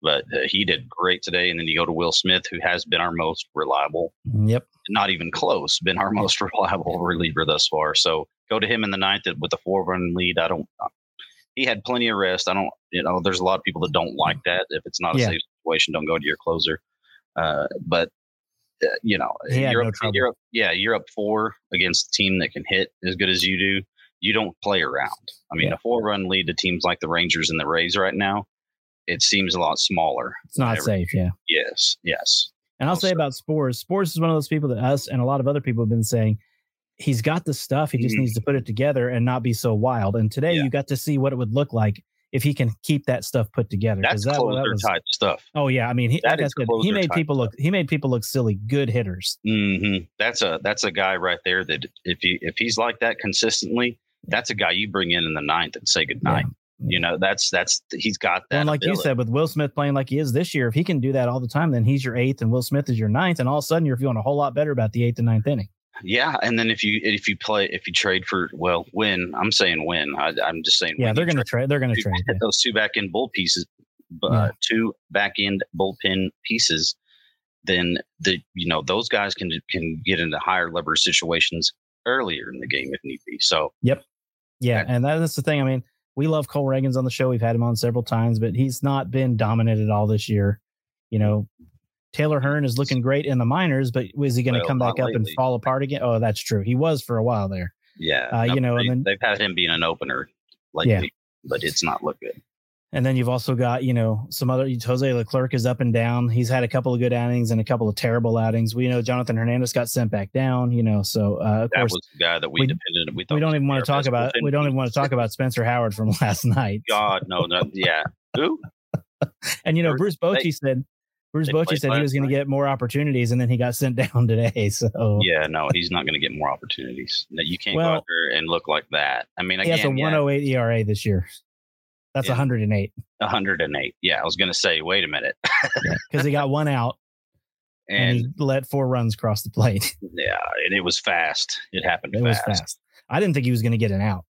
Speaker 6: But uh, he did great today, and then you go to Will Smith, who has been our most reliable,
Speaker 2: Yep.
Speaker 6: not even close, been our most reliable reliever thus far. So go to him in the ninth with a four run lead. I don't. uh, He had plenty of rest. I don't. You know, there's a lot of people that don't like that. If it's not a
Speaker 2: Yeah.
Speaker 6: safe situation, don't go to your closer. Uh, but uh, you know,
Speaker 2: He had
Speaker 6: you're
Speaker 2: no
Speaker 6: up,
Speaker 2: trouble.
Speaker 6: you're up. Yeah, you're up four against a team that can hit as good as you do. You don't play around. I mean,
Speaker 2: Yeah.
Speaker 6: a four run lead to teams like the Rangers and the Rays right now, it seems a lot smaller.
Speaker 2: It's not
Speaker 6: Every-
Speaker 2: safe. Yeah.
Speaker 6: Yes, yes.
Speaker 2: And I'll say
Speaker 6: Also-
Speaker 2: about Spores. Spores is one of those people that us and a lot of other people have been saying he's got the stuff. He just
Speaker 6: Mhm.
Speaker 2: needs to put it together and not be so wild. And today
Speaker 6: Yeah.
Speaker 2: you got to see what it would look like if he can keep that stuff put together. 'cause
Speaker 6: That's
Speaker 2: that- that
Speaker 6: closer
Speaker 2: was-
Speaker 6: type stuff.
Speaker 2: Oh yeah, I mean, he,
Speaker 6: That
Speaker 2: like I
Speaker 6: is
Speaker 2: said, he
Speaker 6: closer
Speaker 2: made
Speaker 6: type
Speaker 2: people look. He made people look silly. Good hitters.
Speaker 6: hmm
Speaker 2: Mm-hmm.
Speaker 6: That's a that's a guy right there that if he if he's like that consistently, that's a guy you bring in in the ninth and say goodnight. You know, that's that's he's got that.
Speaker 2: and like you
Speaker 6: ability.
Speaker 2: said, with Will Smith playing like he is this year, if he can do that all the time, then he's your eighth, and Will Smith is your ninth, and all of a sudden you're feeling a whole lot better about the eighth and ninth inning.
Speaker 6: yeah. And then if you if you play if you trade for well, win I'm saying win I, I'm just saying.
Speaker 2: Yeah,
Speaker 6: when
Speaker 2: they're
Speaker 6: you
Speaker 2: gonna trade. They're gonna
Speaker 6: you
Speaker 2: trade.
Speaker 6: had those two back end bull pieces, bu- uh,
Speaker 2: Yeah.
Speaker 6: two back end bullpen pieces, then the you know those guys can can get into higher leverage situations earlier in the game if need be. So
Speaker 2: Yeah, and that, that's the thing. I mean, we love Cole Reagans on the show. We've had him on several times, but he's not been dominant at all this year. You know, Taylor Hearn is looking great in the minors, but is he going to
Speaker 6: Well,
Speaker 2: come back
Speaker 6: not
Speaker 2: up and
Speaker 6: lately.
Speaker 2: fall apart again? Oh, that's true. He was for a while there.
Speaker 6: yeah,
Speaker 2: Uh, you know, and
Speaker 6: they,
Speaker 2: then-
Speaker 6: have had him being an opener lately,
Speaker 2: Yeah.
Speaker 6: but it's not look good.
Speaker 2: And then you've also got, you know, some other Jose Leclerc is up and down. He's had a couple of good outings and a couple of terrible outings. We know Jonathan Hernandez got sent back down, you know, so uh, of
Speaker 6: That
Speaker 2: course
Speaker 6: was the guy that we,
Speaker 2: we-
Speaker 6: depended. We, thought
Speaker 2: we don't
Speaker 6: was
Speaker 2: even want
Speaker 6: our
Speaker 2: to talk
Speaker 6: best
Speaker 2: about
Speaker 6: bullpen
Speaker 2: we don't even want to
Speaker 6: piece.
Speaker 2: talk about Spencer Howard from last night.
Speaker 6: God, no, no, yeah. Who?
Speaker 2: And you know,
Speaker 6: Or
Speaker 2: Bruce
Speaker 6: they-
Speaker 2: Bochy said Bruce
Speaker 6: they
Speaker 2: Bochy
Speaker 6: played
Speaker 2: said he
Speaker 6: last
Speaker 2: was going
Speaker 6: night.
Speaker 2: to get more opportunities, and then he got sent down today. So
Speaker 6: Yeah, no, he's not going to get more opportunities. That you can't go
Speaker 2: Well-
Speaker 6: out there and look like that. I mean,
Speaker 2: he
Speaker 6: again,
Speaker 2: has E a
Speaker 6: yeah.
Speaker 2: 108 ERA this year. That's
Speaker 6: Yeah.
Speaker 2: 108
Speaker 6: 108. Yeah, I was going to say, wait a minute.
Speaker 2: because he got one out and,
Speaker 6: and
Speaker 2: he let four runs cross the plate.
Speaker 6: yeah, and it was fast. It happened
Speaker 2: it was
Speaker 6: fast.
Speaker 2: fast. I didn't think he was going to get an out.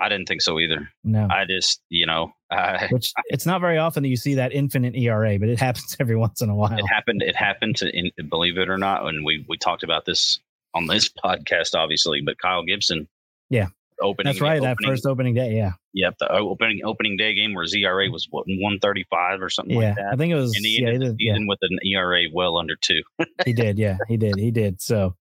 Speaker 6: I didn't think so either.
Speaker 2: No,
Speaker 6: I just, you know, I,
Speaker 2: which it's not very often that you see that infinite ERA, but it happens every once in a while.
Speaker 6: it happened. It happened to in, believe it or not. And we we talked about this on this podcast, obviously. But Kyle Gibson,
Speaker 2: Yeah.
Speaker 6: opening.
Speaker 2: That's right. That
Speaker 6: opening-
Speaker 2: first opening day, yeah,
Speaker 6: Yep, the opening opening day game where his ERA was what 135 or something
Speaker 2: yeah.
Speaker 6: like that.
Speaker 2: I think it was.
Speaker 6: and he
Speaker 2: yeah,
Speaker 6: ended
Speaker 2: he
Speaker 6: the
Speaker 2: did, yeah.
Speaker 6: season with an ERA well under two.
Speaker 2: he did. Yeah, he did. He did. So,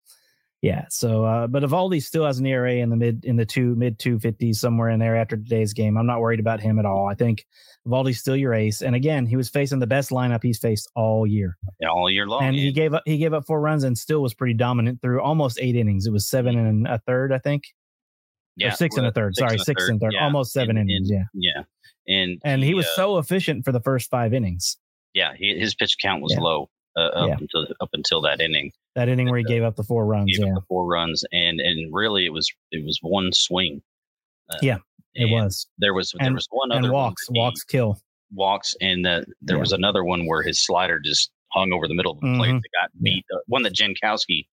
Speaker 2: yeah. So, uh, but Evaldi still has an ERA in the mid in the two mid two fifties somewhere in there after today's game. I'm not worried about him at all. I think Evaldi's still your ace. And again, he was facing the best lineup he's faced all year,
Speaker 6: all year long.
Speaker 2: and he gave up he gave up four runs and still was pretty dominant through almost eight innings. It was seven and a third, I think, or six and a third. Sorry, six and third,
Speaker 6: yeah.
Speaker 2: almost seven
Speaker 6: And-
Speaker 2: innings.
Speaker 6: and-
Speaker 2: yeah.
Speaker 6: Yeah, and
Speaker 2: And he was
Speaker 6: uh,
Speaker 2: so efficient for the first five innings.
Speaker 6: yeah, he, his pitch count was
Speaker 2: Yeah.
Speaker 6: low uh, up
Speaker 2: Yeah.
Speaker 6: until up until that inning.
Speaker 2: That inning where he gave up the four runs.
Speaker 6: Gave
Speaker 2: Yeah,
Speaker 6: up the four runs, and and really it was it was one swing. Uh,
Speaker 2: Yeah, it
Speaker 6: and
Speaker 2: was.
Speaker 6: There was there
Speaker 2: And-
Speaker 6: was one other
Speaker 2: And
Speaker 6: one
Speaker 2: walks,
Speaker 6: that he
Speaker 2: walks kill.
Speaker 6: walks, and the, there
Speaker 2: Yeah.
Speaker 6: was another one where his slider just hung over the middle of the plate.
Speaker 2: Mhm.
Speaker 6: That got
Speaker 2: Yeah.
Speaker 6: beat. Uh, one that Jankowski.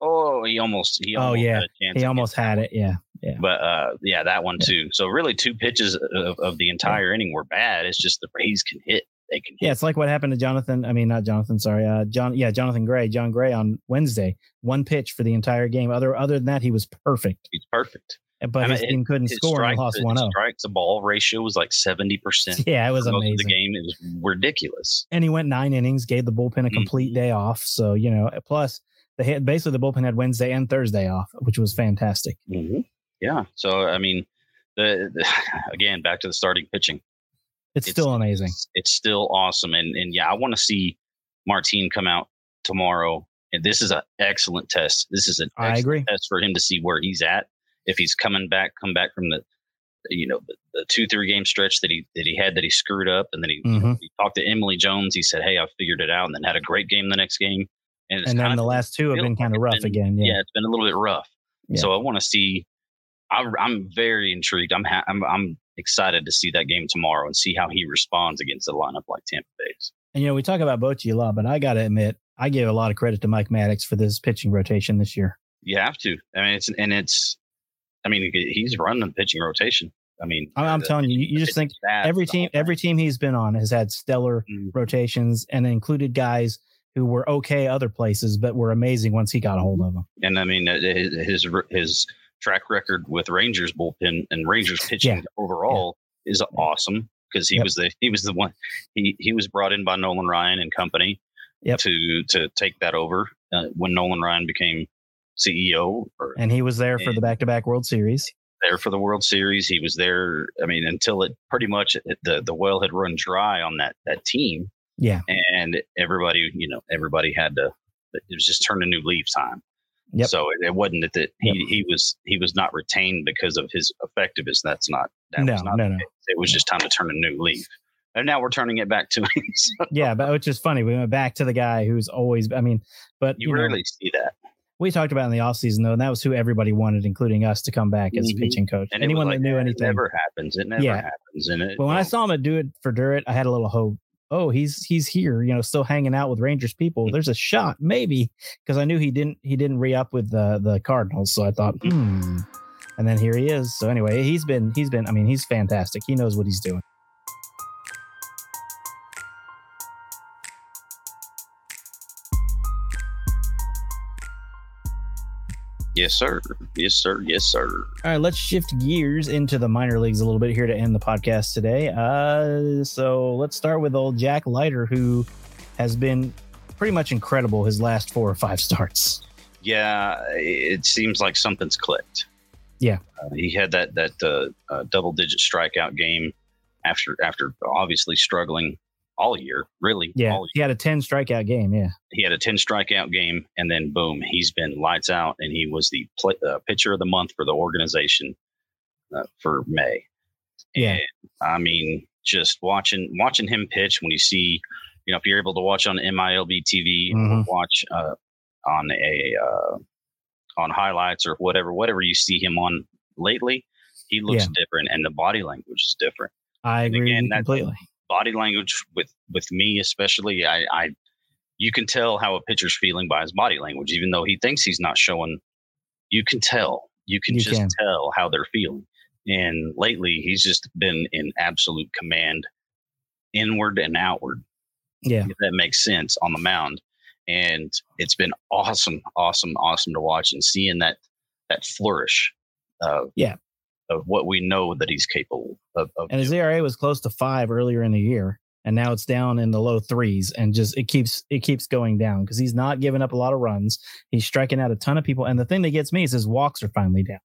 Speaker 6: Oh, he almost he
Speaker 2: Oh,
Speaker 6: almost
Speaker 2: yeah.
Speaker 6: had a chance
Speaker 2: He
Speaker 6: at
Speaker 2: almost had it. Yeah.
Speaker 6: But uh, yeah, that one
Speaker 2: Yeah.
Speaker 6: too. So really, two pitches of, of the entire inning were bad. It's just the Rays can hit. They can. Hit.
Speaker 2: Yeah, it's like what happened to Jonathan. I mean, not Jonathan. Sorry, uh, John. Yeah, Jonathan Gray. John Gray on Wednesday, one pitch for the entire game. Other other than that, he was perfect.
Speaker 6: He's perfect.
Speaker 2: But
Speaker 6: I mean,
Speaker 2: his team couldn't
Speaker 6: His
Speaker 2: score and
Speaker 6: strike,
Speaker 2: they lost
Speaker 6: his
Speaker 2: one oh. up.
Speaker 6: strike to ball ratio was like seventy percent.
Speaker 2: Yeah, it was
Speaker 6: Most of the
Speaker 2: amazing.
Speaker 6: game it was ridiculous.
Speaker 2: And he went nine innings, gave the bullpen a
Speaker 6: Mhm.
Speaker 2: complete day off. So you know, plus they had basically the bullpen had Wednesday and Thursday off, which was fantastic.
Speaker 6: Yeah. So I mean, the, the again back to the starting pitching.
Speaker 2: It's, still amazing.
Speaker 6: It's, it's still awesome, and and yeah, I want to see Martine come out tomorrow. And this is an excellent test. This is an
Speaker 2: I
Speaker 6: excellent
Speaker 2: agree.
Speaker 6: test for him to see where he's at. If he's coming back, come back from the you know the, the two three game stretch that he that he had that he screwed up, and then he,
Speaker 2: Mhm.
Speaker 6: he talked to Emily Jones. He said, "Hey, I figured it out," and then had a great game the next game. And, it's
Speaker 2: and then
Speaker 6: kind
Speaker 2: the
Speaker 6: of-
Speaker 2: last two have
Speaker 6: feels
Speaker 2: been kind of
Speaker 6: like
Speaker 2: rough
Speaker 6: it's been-
Speaker 2: again.
Speaker 6: yeah.
Speaker 2: Yeah.
Speaker 6: it's been a little bit rough.
Speaker 2: Yeah.
Speaker 6: So I want to see. I, I'm very intrigued. I'm, ha- I'm I'm excited to see that game tomorrow and see how he responds against a lineup like Tampa Bay's.
Speaker 2: And you know, we talk about Bochy a lot, but I gotta admit, I give a lot of credit to Mike Maddox for this pitching rotation this year.
Speaker 6: You have to. I mean, it's and it's. I mean, he's running the pitching rotation. I mean,
Speaker 2: I'm, I'm
Speaker 6: the-
Speaker 2: telling you, you you just think
Speaker 6: stats,
Speaker 2: every
Speaker 6: the whole
Speaker 2: team,
Speaker 6: thing.
Speaker 2: every team he's been on has had stellar
Speaker 6: Mm.
Speaker 2: rotations and included guys who were okay other places, but were amazing once he got a hold of them.
Speaker 6: and I mean uh, his his track record with Rangers bullpen and Rangers pitching
Speaker 2: Yeah.
Speaker 6: overall is awesome because he
Speaker 2: Yep.
Speaker 6: was the he was the one he he was brought in by Nolan Ryan and company
Speaker 2: Yep.
Speaker 6: to to take that over uh, when Nolan Ryan became CEO or
Speaker 2: And he was there for the
Speaker 6: And-
Speaker 2: back-to-back World Series.
Speaker 6: there for the World Series. He was there. I mean, until it pretty much the the well had run dry on that that team
Speaker 2: Yeah,
Speaker 6: and everybody, you know, everybody had to. It was just turn a new leaf time.
Speaker 2: Yep.
Speaker 6: So it, it wasn't that, that he,
Speaker 2: Yep.
Speaker 6: he was he was not retained because of his effectiveness. That's not that
Speaker 2: No,
Speaker 6: was not
Speaker 2: no,
Speaker 6: the
Speaker 2: no.
Speaker 6: case. It was just time to turn a new leaf, and now we're turning it back to him. So
Speaker 2: yeah, but which is funny. We went back to the guy who's always. I mean, but
Speaker 6: you,
Speaker 2: you, know,
Speaker 6: rarely see that.
Speaker 2: we talked about in the offseason though, and that was who everybody wanted, including us, to come back as
Speaker 6: Mhm.
Speaker 2: pitching coach.
Speaker 6: And it was
Speaker 2: Anyone
Speaker 6: like,
Speaker 2: that knew
Speaker 6: "Yeah,
Speaker 2: anything.
Speaker 6: it never happens. It never
Speaker 2: Yeah.
Speaker 6: happens. And it,
Speaker 2: But when I
Speaker 6: well,
Speaker 2: saw him do it for Durant, I had a little hope. Oh, he's he's here, you know, still hanging out with Rangers people. There's a shot, maybe, because I knew he didn't he didn't re up with the the Cardinals. So I thought, hmm. And then here he is. So anyway, he's been he's been. I mean, he's fantastic. He knows what he's doing.
Speaker 6: yes, sir. Yes, sir. Yes, sir.
Speaker 2: All right, let's shift gears into the minor leagues a little bit here to end the podcast today. Uh, so let's start with old Jack Leiter, who has been pretty much incredible his last four or five starts.
Speaker 6: yeah, it seems like something's clicked.
Speaker 2: Yeah.
Speaker 6: Uh, he had that that uh, uh, double digit strikeout game after after obviously struggling all year, really.
Speaker 2: Oh, Yeah,
Speaker 6: all year.
Speaker 2: he had a ten strikeout game. Yeah,
Speaker 6: He had a 10 strikeout game and then boom, he's been lights out and he was the play, uh, pitcher of the month for the organization uh, for May.
Speaker 2: Yeah.
Speaker 6: And, I mean, just watching watching him pitch when you see, you know, if you're able to watch on MILB TV or
Speaker 2: Mhm.
Speaker 6: watch uh, on a uh, on highlights or whatever, whatever you see him on lately, he looks different and the body language is different.
Speaker 2: I
Speaker 6: And
Speaker 2: agree with
Speaker 6: again,
Speaker 2: you
Speaker 6: that-
Speaker 2: completely.
Speaker 6: Body language with with me especially, I, I you can tell how a pitcher's feeling by his body language, even though he thinks he's not showing. You can tell. You can
Speaker 2: You
Speaker 6: just
Speaker 2: can.
Speaker 6: tell how they're feeling. And lately, he's just been in absolute command, inward and outward.
Speaker 2: Yeah,
Speaker 6: If that makes sense on the mound, and it's been awesome, awesome, awesome to watch and seeing that that flourish. Of,
Speaker 2: Yeah.
Speaker 6: Of what we know that he's capable of. of
Speaker 2: and his
Speaker 6: doing.
Speaker 2: ERA was close to five earlier in the year, and now it's down in the low threes, and just it keeps it keeps going down because he's not giving up a lot of runs. He's striking out a ton of people, and the thing that gets me is his walks are finally down.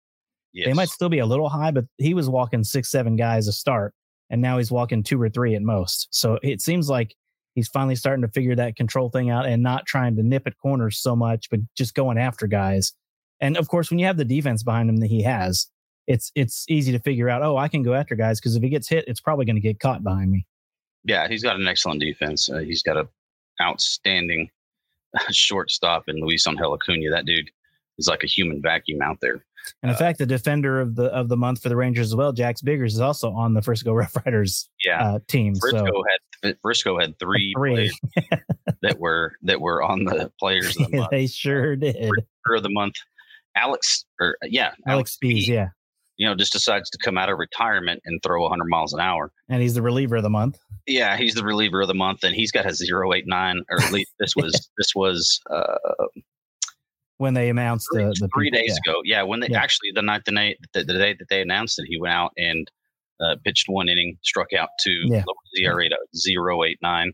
Speaker 2: They
Speaker 6: Yes.
Speaker 2: might still be a little high, but he was walking six, seven guys a start, and now he's walking two or three at most. So it seems like he's finally starting to figure that control thing out and not trying to nip at corners so much, but just going after guys. And of course, when you have the defense behind him that he has, it's it's easy to figure out. Oh, I can go after guys because if he gets hit, it's probably going to get caught behind me.
Speaker 6: Yeah, he's got an excellent defense. Uh, he's got a outstanding shortstop in Luis on Helicunia. That dude is like a human vacuum out there.
Speaker 2: And in
Speaker 6: Uh,
Speaker 2: fact, the defender of the of the month for the Rangers as well, Jax Biggers, is also on the Frisco Rough Riders
Speaker 6: Yeah,
Speaker 2: uh, team.
Speaker 6: Frisco
Speaker 2: So
Speaker 6: had uh, Frisco had three,
Speaker 2: three,
Speaker 6: players that were that were on the players of the month,
Speaker 2: they sure did.
Speaker 6: player of the month. Alex or uh, yeah,
Speaker 2: Alex Spees,
Speaker 6: Speed,
Speaker 2: yeah,
Speaker 6: you know, just decides to come out of retirement and throw 100 miles an hour.
Speaker 2: and he's the reliever of the month.
Speaker 6: Yeah, he's the reliever of the month, and he's got a 089, or at least this was this was uh,
Speaker 2: when they announced
Speaker 6: three,
Speaker 2: the, the
Speaker 6: three
Speaker 2: people,
Speaker 6: days
Speaker 2: yeah.
Speaker 6: ago. Yeah, when they
Speaker 2: Yeah.
Speaker 6: actually the night the night the, the day that they announced it, he went out and uh, pitched one inning, struck out two,
Speaker 2: Yeah.
Speaker 6: lowered the ERA to zero eight nine,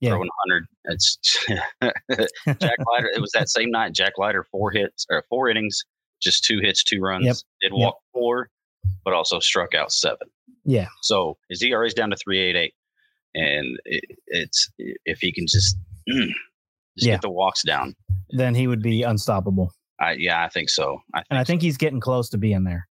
Speaker 2: Yeah.
Speaker 6: throwing hundred. It's Jack Leiter. it was that same night. Jack Leiter four hits or four innings, just two hits, two runs.
Speaker 2: Yep.
Speaker 6: Did walk four, but also struck out seven.
Speaker 2: Yeah.
Speaker 6: So his ERA is down to three eight eight, and it, it's if he can just. just
Speaker 2: Yeah.
Speaker 6: get the walks down.
Speaker 2: Then he would be unstoppable,
Speaker 6: I, yeah, I think so. I think
Speaker 2: and I think he's getting close to being there.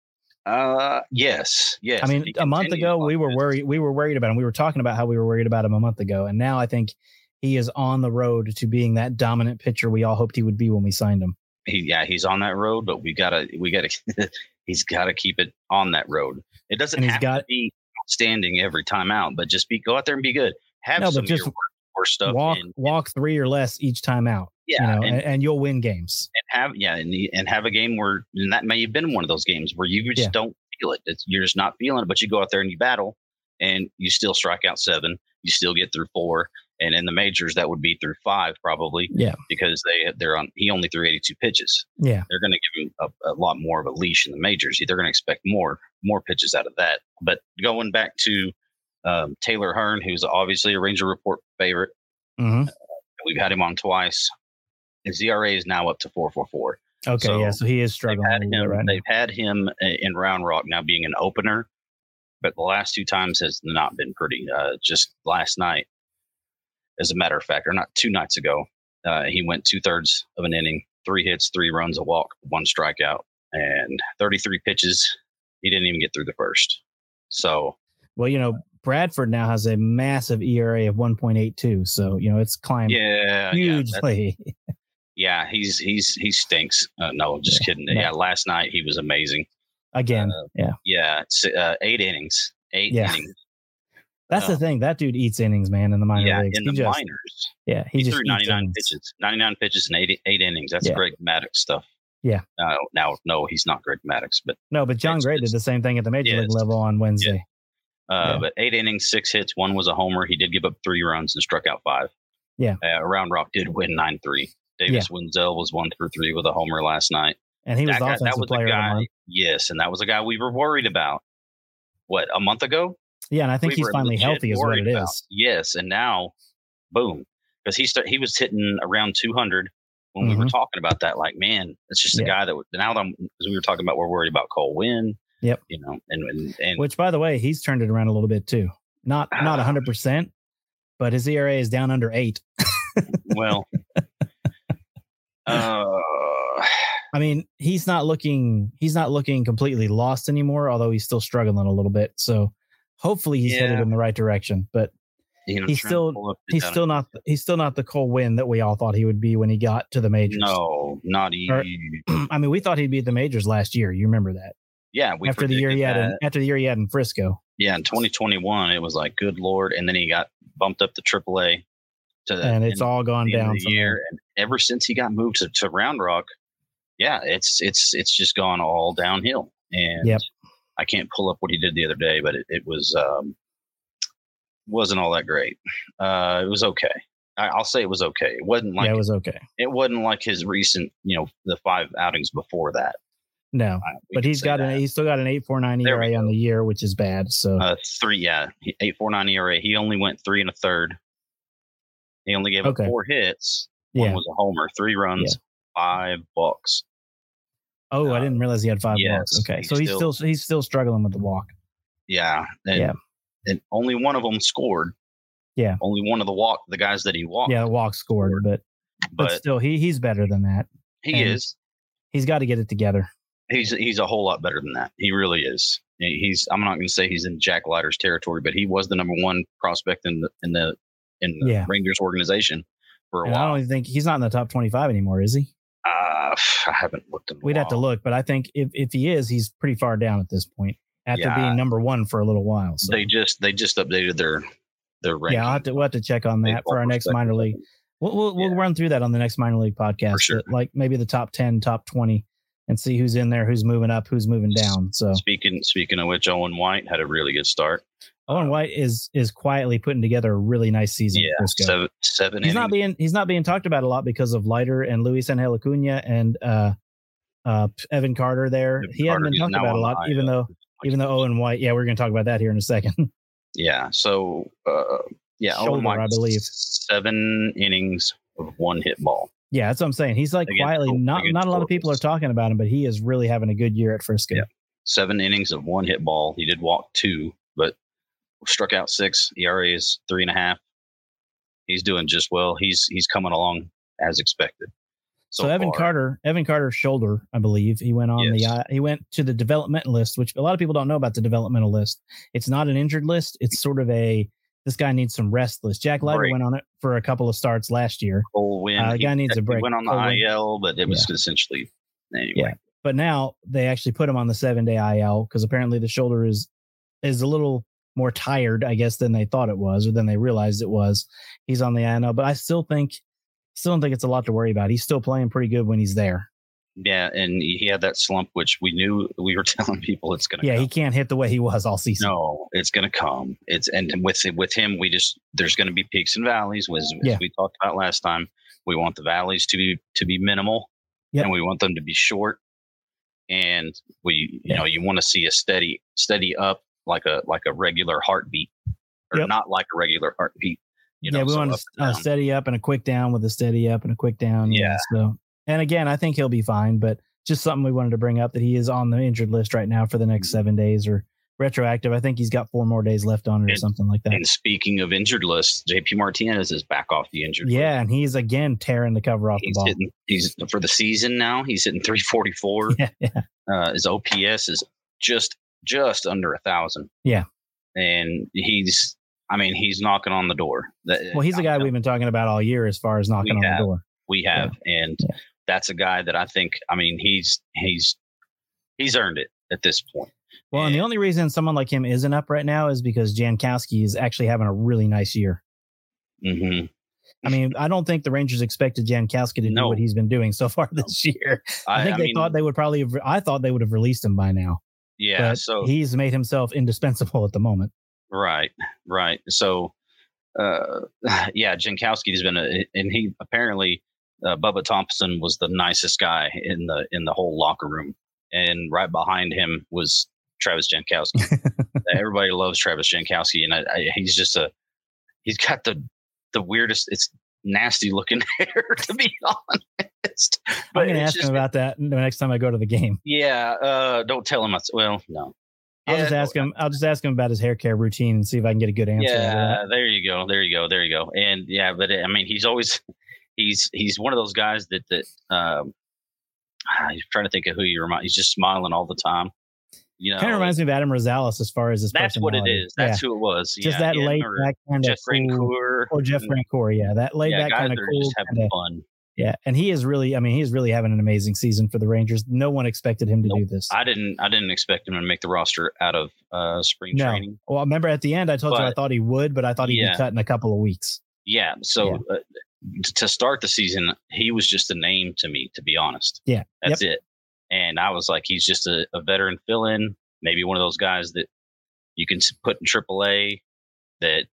Speaker 6: Uh, yes, yes.
Speaker 2: I mean,
Speaker 6: He
Speaker 2: a month
Speaker 6: continued
Speaker 2: ago we
Speaker 6: like
Speaker 2: were
Speaker 6: this.
Speaker 2: worried. We were worried about him. We were talking about how we were worried about him a month ago, and now I think he is on the road to being that dominant pitcher we all hoped he would be when we signed him.
Speaker 6: He, yeah, he's on that road, but we gotta, we gotta, he's gotta keep it on that road. It doesn't
Speaker 2: And he's
Speaker 6: have to
Speaker 2: got-
Speaker 6: be outstanding every time out, but just be go out there and be good. Have
Speaker 2: No, but
Speaker 6: some of
Speaker 2: just
Speaker 6: your work, work stuff.
Speaker 2: walk,
Speaker 6: and,
Speaker 2: walk three or less each time out.
Speaker 6: yeah,
Speaker 2: you know,
Speaker 6: and,
Speaker 2: and, and you'll win games.
Speaker 6: and have yeah, and, he- and have a game where and that may have been one of those games where you just
Speaker 2: Yeah.
Speaker 6: don't feel it. It's, you're just not feeling it, but you go out there and you battle, and you still strike out seven. You still get through four, and in the majors that would be through five probably
Speaker 2: Yeah,
Speaker 6: because they they're on. He only threw 82 pitches.
Speaker 2: yeah,
Speaker 6: they're going to give him a, a lot more of a leash in the majors. They're going to expect more more pitches out of that. But going back to um, Taylor Hearn, who's obviously a Ranger Report favorite,
Speaker 2: hmm
Speaker 6: we've had him on twice. His ERA is now up to four four four.
Speaker 2: okay,
Speaker 6: So
Speaker 2: yeah. So he is
Speaker 6: They've
Speaker 2: struggling a
Speaker 6: had
Speaker 2: little bit
Speaker 6: him.
Speaker 2: right now.
Speaker 6: They've had him i- in Round Rock now being an opener, but the last two times has not been pretty. Uh, just last night, as a matter of fact, or not two nights ago, uh, he went two thirds of an inning, three hits, three runs, a walk, one strikeout, and 33 pitches. He didn't even get through the first. So
Speaker 2: Well, you know, Bradford now has a massive ERA of 1.82, so you know it's climbed
Speaker 6: yeah, yeah, that-
Speaker 2: hugely.
Speaker 6: yeah, he's he's he stinks. Uh, no, just kidding.
Speaker 2: no.
Speaker 6: Yeah, last night he was amazing.
Speaker 2: Again,
Speaker 6: Uh,
Speaker 2: yeah.
Speaker 6: Yeah, it's, uh, eight innings, eight
Speaker 2: Yeah.
Speaker 6: innings.
Speaker 2: That's the
Speaker 6: um,
Speaker 2: thing. That dude eats innings, man, in the minor
Speaker 6: yeah,
Speaker 2: leagues.
Speaker 6: in
Speaker 2: He
Speaker 6: the
Speaker 2: just-
Speaker 6: minors.
Speaker 2: Yeah, he, just
Speaker 6: threw
Speaker 2: eats
Speaker 6: 99
Speaker 2: innings.
Speaker 6: pitches, 99 pitches in eight, eight innings. That's
Speaker 2: Yeah.
Speaker 6: Greg Maddox stuff.
Speaker 2: Yeah.
Speaker 6: Now, now, no, he's not Greg Maddox, but
Speaker 2: No, but John
Speaker 6: It's-
Speaker 2: Gray did the same thing at the major
Speaker 6: yeah,
Speaker 2: league
Speaker 6: it's-
Speaker 2: level on Wednesday.
Speaker 6: uh,
Speaker 2: Yeah.
Speaker 6: but eight innings, six hits, one was a homer. He did give up three runs and struck out five.
Speaker 2: Yeah.
Speaker 6: Uh, Round Rock did win nine three. Davis Wenzel was one for three with a homer last night.
Speaker 2: And he was the
Speaker 6: That guy- that
Speaker 2: offensive
Speaker 6: was a
Speaker 2: player of the
Speaker 6: guy-
Speaker 2: month.
Speaker 6: Yes, and that was a guy we were worried about. What a month ago?
Speaker 2: Yeah, and I think
Speaker 6: we
Speaker 2: he's
Speaker 6: were
Speaker 2: finally
Speaker 6: legit
Speaker 2: healthy, is what
Speaker 6: worried
Speaker 2: it
Speaker 6: about.
Speaker 2: is.
Speaker 6: Yes, and now, boom, because he start, he was hitting around 200 when we were
Speaker 2: Mhm.
Speaker 6: talking about that. Like, man, it's just a
Speaker 2: Yeah.
Speaker 6: guy that would- now that I'm, as we were talking about, we're worried about Cole Win.
Speaker 2: Yep.
Speaker 6: You know, and and, and
Speaker 2: Which, by the way, he's turned it around a little bit too. Not not
Speaker 6: Ah.
Speaker 2: hundred percent, but his ERA is down under eight.
Speaker 6: well, uh,
Speaker 2: I mean, he's not looking he's not looking completely lost anymore, although he's still struggling a little bit. So hopefully he's headed
Speaker 6: Yeah.
Speaker 2: in the right direction. But
Speaker 6: you know,
Speaker 2: He's
Speaker 6: trying to
Speaker 2: still-
Speaker 6: pull up the
Speaker 2: he's
Speaker 6: data-
Speaker 2: still not he's still not the Cole Win that we all thought he would be when he got to the Er, majors.
Speaker 6: no, not
Speaker 2: Or-
Speaker 6: even.
Speaker 2: I mean, we thought he'd be at the majors last year. You remember that
Speaker 6: Yeah, we
Speaker 2: after the year he
Speaker 6: predicted
Speaker 2: had
Speaker 6: that.
Speaker 2: in, after the year he had in Frisco.
Speaker 6: yeah, in 2021, it was like, good lord, and then he got bumped up to AAA. To the,
Speaker 2: and it's all gone
Speaker 6: the end of
Speaker 2: down
Speaker 6: the
Speaker 2: from
Speaker 6: year, and ever since he got moved to, to Round Rock, yeah, it's it's it's just gone all downhill. And
Speaker 2: Yep.
Speaker 6: I can't pull up what he did the other day, but it, it was um, wasn't all that great. Uh, it was okay. I, I'll say it was okay. It wasn't
Speaker 2: there.
Speaker 6: like
Speaker 2: yeah, it
Speaker 6: it,
Speaker 2: was okay.
Speaker 6: was, not like his recent, you know, the five outings before that.
Speaker 2: No,
Speaker 6: I- we
Speaker 2: but
Speaker 6: can
Speaker 2: he's
Speaker 6: say
Speaker 2: got
Speaker 6: that.
Speaker 2: an he's still got an eight four nine
Speaker 6: There we
Speaker 2: ERA on
Speaker 6: go.
Speaker 2: the year, which is bad. So
Speaker 6: uh, three, yeah, he- eight four nine ERA. He only went three and a third. He only gave
Speaker 2: Okay.
Speaker 6: up four hits. One
Speaker 2: yeah.
Speaker 6: was a homer, three runs, five walks.
Speaker 2: Oh, I didn't realize he had five
Speaker 6: uh, yes,
Speaker 2: walks. Okay,
Speaker 6: he's
Speaker 2: so he's
Speaker 6: still-
Speaker 2: still, he's still struggling with the walk.
Speaker 6: Yeah. And,
Speaker 2: Yeah.
Speaker 6: And only one of them scored.
Speaker 2: Yeah.
Speaker 6: Only one of the walk the guys that he walked.
Speaker 2: Yeah, the walk scored, but but,
Speaker 6: but
Speaker 2: still he he's better than that.
Speaker 6: he
Speaker 2: and-
Speaker 6: is.
Speaker 2: He's got to get it together.
Speaker 6: He's he's a whole lot better than that. He really is. He- He's I'm not going to say he's in Jack Leiter's territory, but he was the number one prospect in the in the in the
Speaker 2: Yeah.
Speaker 6: Rangers organization for a
Speaker 2: And I
Speaker 6: while.
Speaker 2: don't even think he's not in the top twenty five anymore, is he?
Speaker 6: Uh, I haven't looked. In a
Speaker 2: We'd have to
Speaker 6: while.
Speaker 2: look, but I think if if he is, he's pretty far down at this point after
Speaker 6: Yeah.
Speaker 2: being number one for a little while. So
Speaker 6: They just they just updated their their ranking.
Speaker 2: yeah, I'll have to, we'll have to check on that
Speaker 6: Baseball
Speaker 2: for our next minor league.
Speaker 6: perspective.
Speaker 2: We'll we'll, we'll
Speaker 6: Yeah.
Speaker 2: run through that on the next minor league podcast.
Speaker 6: For sure.
Speaker 2: but, Like maybe the top ten, top twenty, and see who's in there, who's moving up, who's moving down. So
Speaker 6: Speaking speaking of which, Owen White had a really good start.
Speaker 2: Owen White is is quietly putting together a really nice season.
Speaker 6: Yeah,
Speaker 2: for Frisco.
Speaker 6: seven seven.
Speaker 2: he's not being
Speaker 6: innings.
Speaker 2: he's not being talked about a lot because of Leiter and Luis Angel Acuna and uh, uh, Evan Carter. There,
Speaker 6: Evan
Speaker 2: he hasn't
Speaker 6: Carter,
Speaker 2: been
Speaker 6: he's
Speaker 2: talked
Speaker 6: now
Speaker 2: about
Speaker 6: on
Speaker 2: a
Speaker 6: the
Speaker 2: lot,
Speaker 6: IL.
Speaker 2: even though even though Owen White. Yeah, we're going to talk about that here in a second.
Speaker 6: Yeah. So, uh, yeah, Owen
Speaker 2: Shoulder,
Speaker 6: White,
Speaker 2: I believe.
Speaker 6: seven innings of one hit ball.
Speaker 2: yeah, that's what I'm saying. He's like
Speaker 6: Against
Speaker 2: quietly
Speaker 6: Col-
Speaker 2: not
Speaker 6: against
Speaker 2: not a lot of people are
Speaker 6: Columbus.
Speaker 2: talking about him, but he is really having a good year at Frisco.
Speaker 6: Yeah. Seven innings of one hit ball. He did walk two, but struck out six. ERA is three and a half. He's doing just well. He's he's coming along as expected. So,
Speaker 2: So, Evan
Speaker 6: far.
Speaker 2: Carter, Evan Carter's shoulder, I believe he went on
Speaker 6: Yes.
Speaker 2: the uh, he went to the developmental list, which a lot of people don't know about the developmental list. It's not an injured list. It's sort of a this guy needs some rest list. Jack Leiter
Speaker 6: Break.
Speaker 2: went on it for a couple of starts last year,
Speaker 6: Cole Win.
Speaker 2: Uh, the guy needs a break.
Speaker 6: Went on the
Speaker 2: Cole Win.
Speaker 6: IL, but it was essentially anyway.
Speaker 2: Yeah. but now they actually put him on the seven day IL because apparently the shoulder is is a little more tired, I guess, than they thought it was or than they realized it was. He's on the IL, but I still think still don't think it's a lot to worry about. He's still playing pretty good when he's there.
Speaker 6: Yeah, and he had that slump, which we knew we were telling people it's gonna.
Speaker 2: Yeah,
Speaker 6: come.
Speaker 2: he can't hit the way he was all season.
Speaker 6: No, it's going to come. It's and with with him, we just there's going to be peaks and valleys. As, as
Speaker 2: Yeah.
Speaker 6: we talked about last time, we want the valleys to be to be minimal,
Speaker 2: Yep.
Speaker 6: and we want them to be short. And we, you
Speaker 2: Yeah.
Speaker 6: know, you want to see a steady steady up like a like a regular heartbeat, or
Speaker 2: Yep.
Speaker 6: not like a regular heartbeat. You know,
Speaker 2: yeah, we
Speaker 6: so
Speaker 2: want
Speaker 6: up
Speaker 2: to
Speaker 6: and
Speaker 2: uh,
Speaker 6: down.
Speaker 2: steady up and a quick down with a steady up and a quick down.
Speaker 6: Yeah.
Speaker 2: So, and again, I think he'll be fine, but just something we wanted to bring up that he is on the injured list right now for the next
Speaker 6: Mm-hmm.
Speaker 2: seven days or retroactive. I think he's got four more days left on it or
Speaker 6: And-
Speaker 2: something like that.
Speaker 6: And speaking of injured lists, JP Martinez is back off the injured. list.
Speaker 2: Yeah. And he's again tearing the cover off the
Speaker 6: He's
Speaker 2: ball.
Speaker 6: hitting. He's for the season now. He's hitting 344.
Speaker 2: Yeah, yeah.
Speaker 6: uh, his OPS is just just under a thousand.
Speaker 2: Yeah.
Speaker 6: and he's I mean he's knocking on the door. That-
Speaker 2: Well, he's a guy we've been talking about all year as far as knocking
Speaker 6: We
Speaker 2: on
Speaker 6: have.
Speaker 2: the door.
Speaker 6: we have, and
Speaker 2: Yeah.
Speaker 6: that's a guy that I think I mean he's he's he's earned it at this point.
Speaker 2: Well, and the
Speaker 6: Yeah.
Speaker 2: only reason someone like him isn't up right now is because Jankowski is actually having a really nice year.
Speaker 6: hmm
Speaker 2: I mean, I don't think the Rangers expected Jankowski to do
Speaker 6: No.
Speaker 2: what he's been doing so far this year. I, think they thought they would probably have, I thought they would have released him by now.
Speaker 6: yeah.
Speaker 2: but
Speaker 6: So
Speaker 2: he's made himself indispensable at the moment.
Speaker 6: Right, right. So, uh, yeah, Jankowski has been a, and he apparently uh, Bubba Thompson was the nicest guy in the in the whole locker room, and right behind him was Travis Jankowski. Everybody loves Travis Jankowski, and I, I, he's just a he's got the the weirdest. It's nasty looking hair, to be honest. But
Speaker 2: I'm going to
Speaker 6: it's
Speaker 2: ask
Speaker 6: just-
Speaker 2: him about that the next time I go to the game.
Speaker 6: Yeah, uh, don't tell him. I, s- well, no.
Speaker 2: I'll
Speaker 6: Yeah,
Speaker 2: just
Speaker 6: no,
Speaker 2: ask him. I'll just ask him about his hair care routine and see if I can get a good answer. out of
Speaker 6: Yeah,
Speaker 2: that.
Speaker 6: there you go, there you go, there you go. And yeah, but I mean, he's always he's he's one of those guys that that um, I'm trying to think of who you remind. He's just smiling all the time. You know,
Speaker 2: Kind of reminds me of Adam Rosales as far as his
Speaker 6: that's what it
Speaker 2: personality.
Speaker 6: is. That's who it was.
Speaker 2: yeah. just
Speaker 6: yeah,
Speaker 2: that
Speaker 6: him
Speaker 2: laid
Speaker 6: or
Speaker 2: back kind of
Speaker 6: Jeff
Speaker 2: cool,
Speaker 6: Francoeur. Mm-hmm.
Speaker 2: or Jeff Francoeur. Yeah, that laid
Speaker 6: Yeah,
Speaker 2: back
Speaker 6: guys
Speaker 2: kind of
Speaker 6: that are
Speaker 2: cool.
Speaker 6: just having
Speaker 2: kinda-
Speaker 6: fun.
Speaker 2: yeah, and he is really. I mean, he's really having an amazing season for the Rangers. No one expected him to do this.
Speaker 6: I didn't I didn't expect him to make the roster out of uh, spring
Speaker 2: No.
Speaker 6: training.
Speaker 2: well, I remember at the end, I told you I
Speaker 6: But-
Speaker 2: thought he would, but I thought he'd
Speaker 6: Yeah.
Speaker 2: be cut in a couple of weeks.
Speaker 6: Yeah, so Uh, t- to start the season, he was just a name to me, to be honest.
Speaker 2: Yeah.
Speaker 6: That's it. And I was like, he's just a, a veteran fill in, maybe one of those guys that you can s- put in AAA that,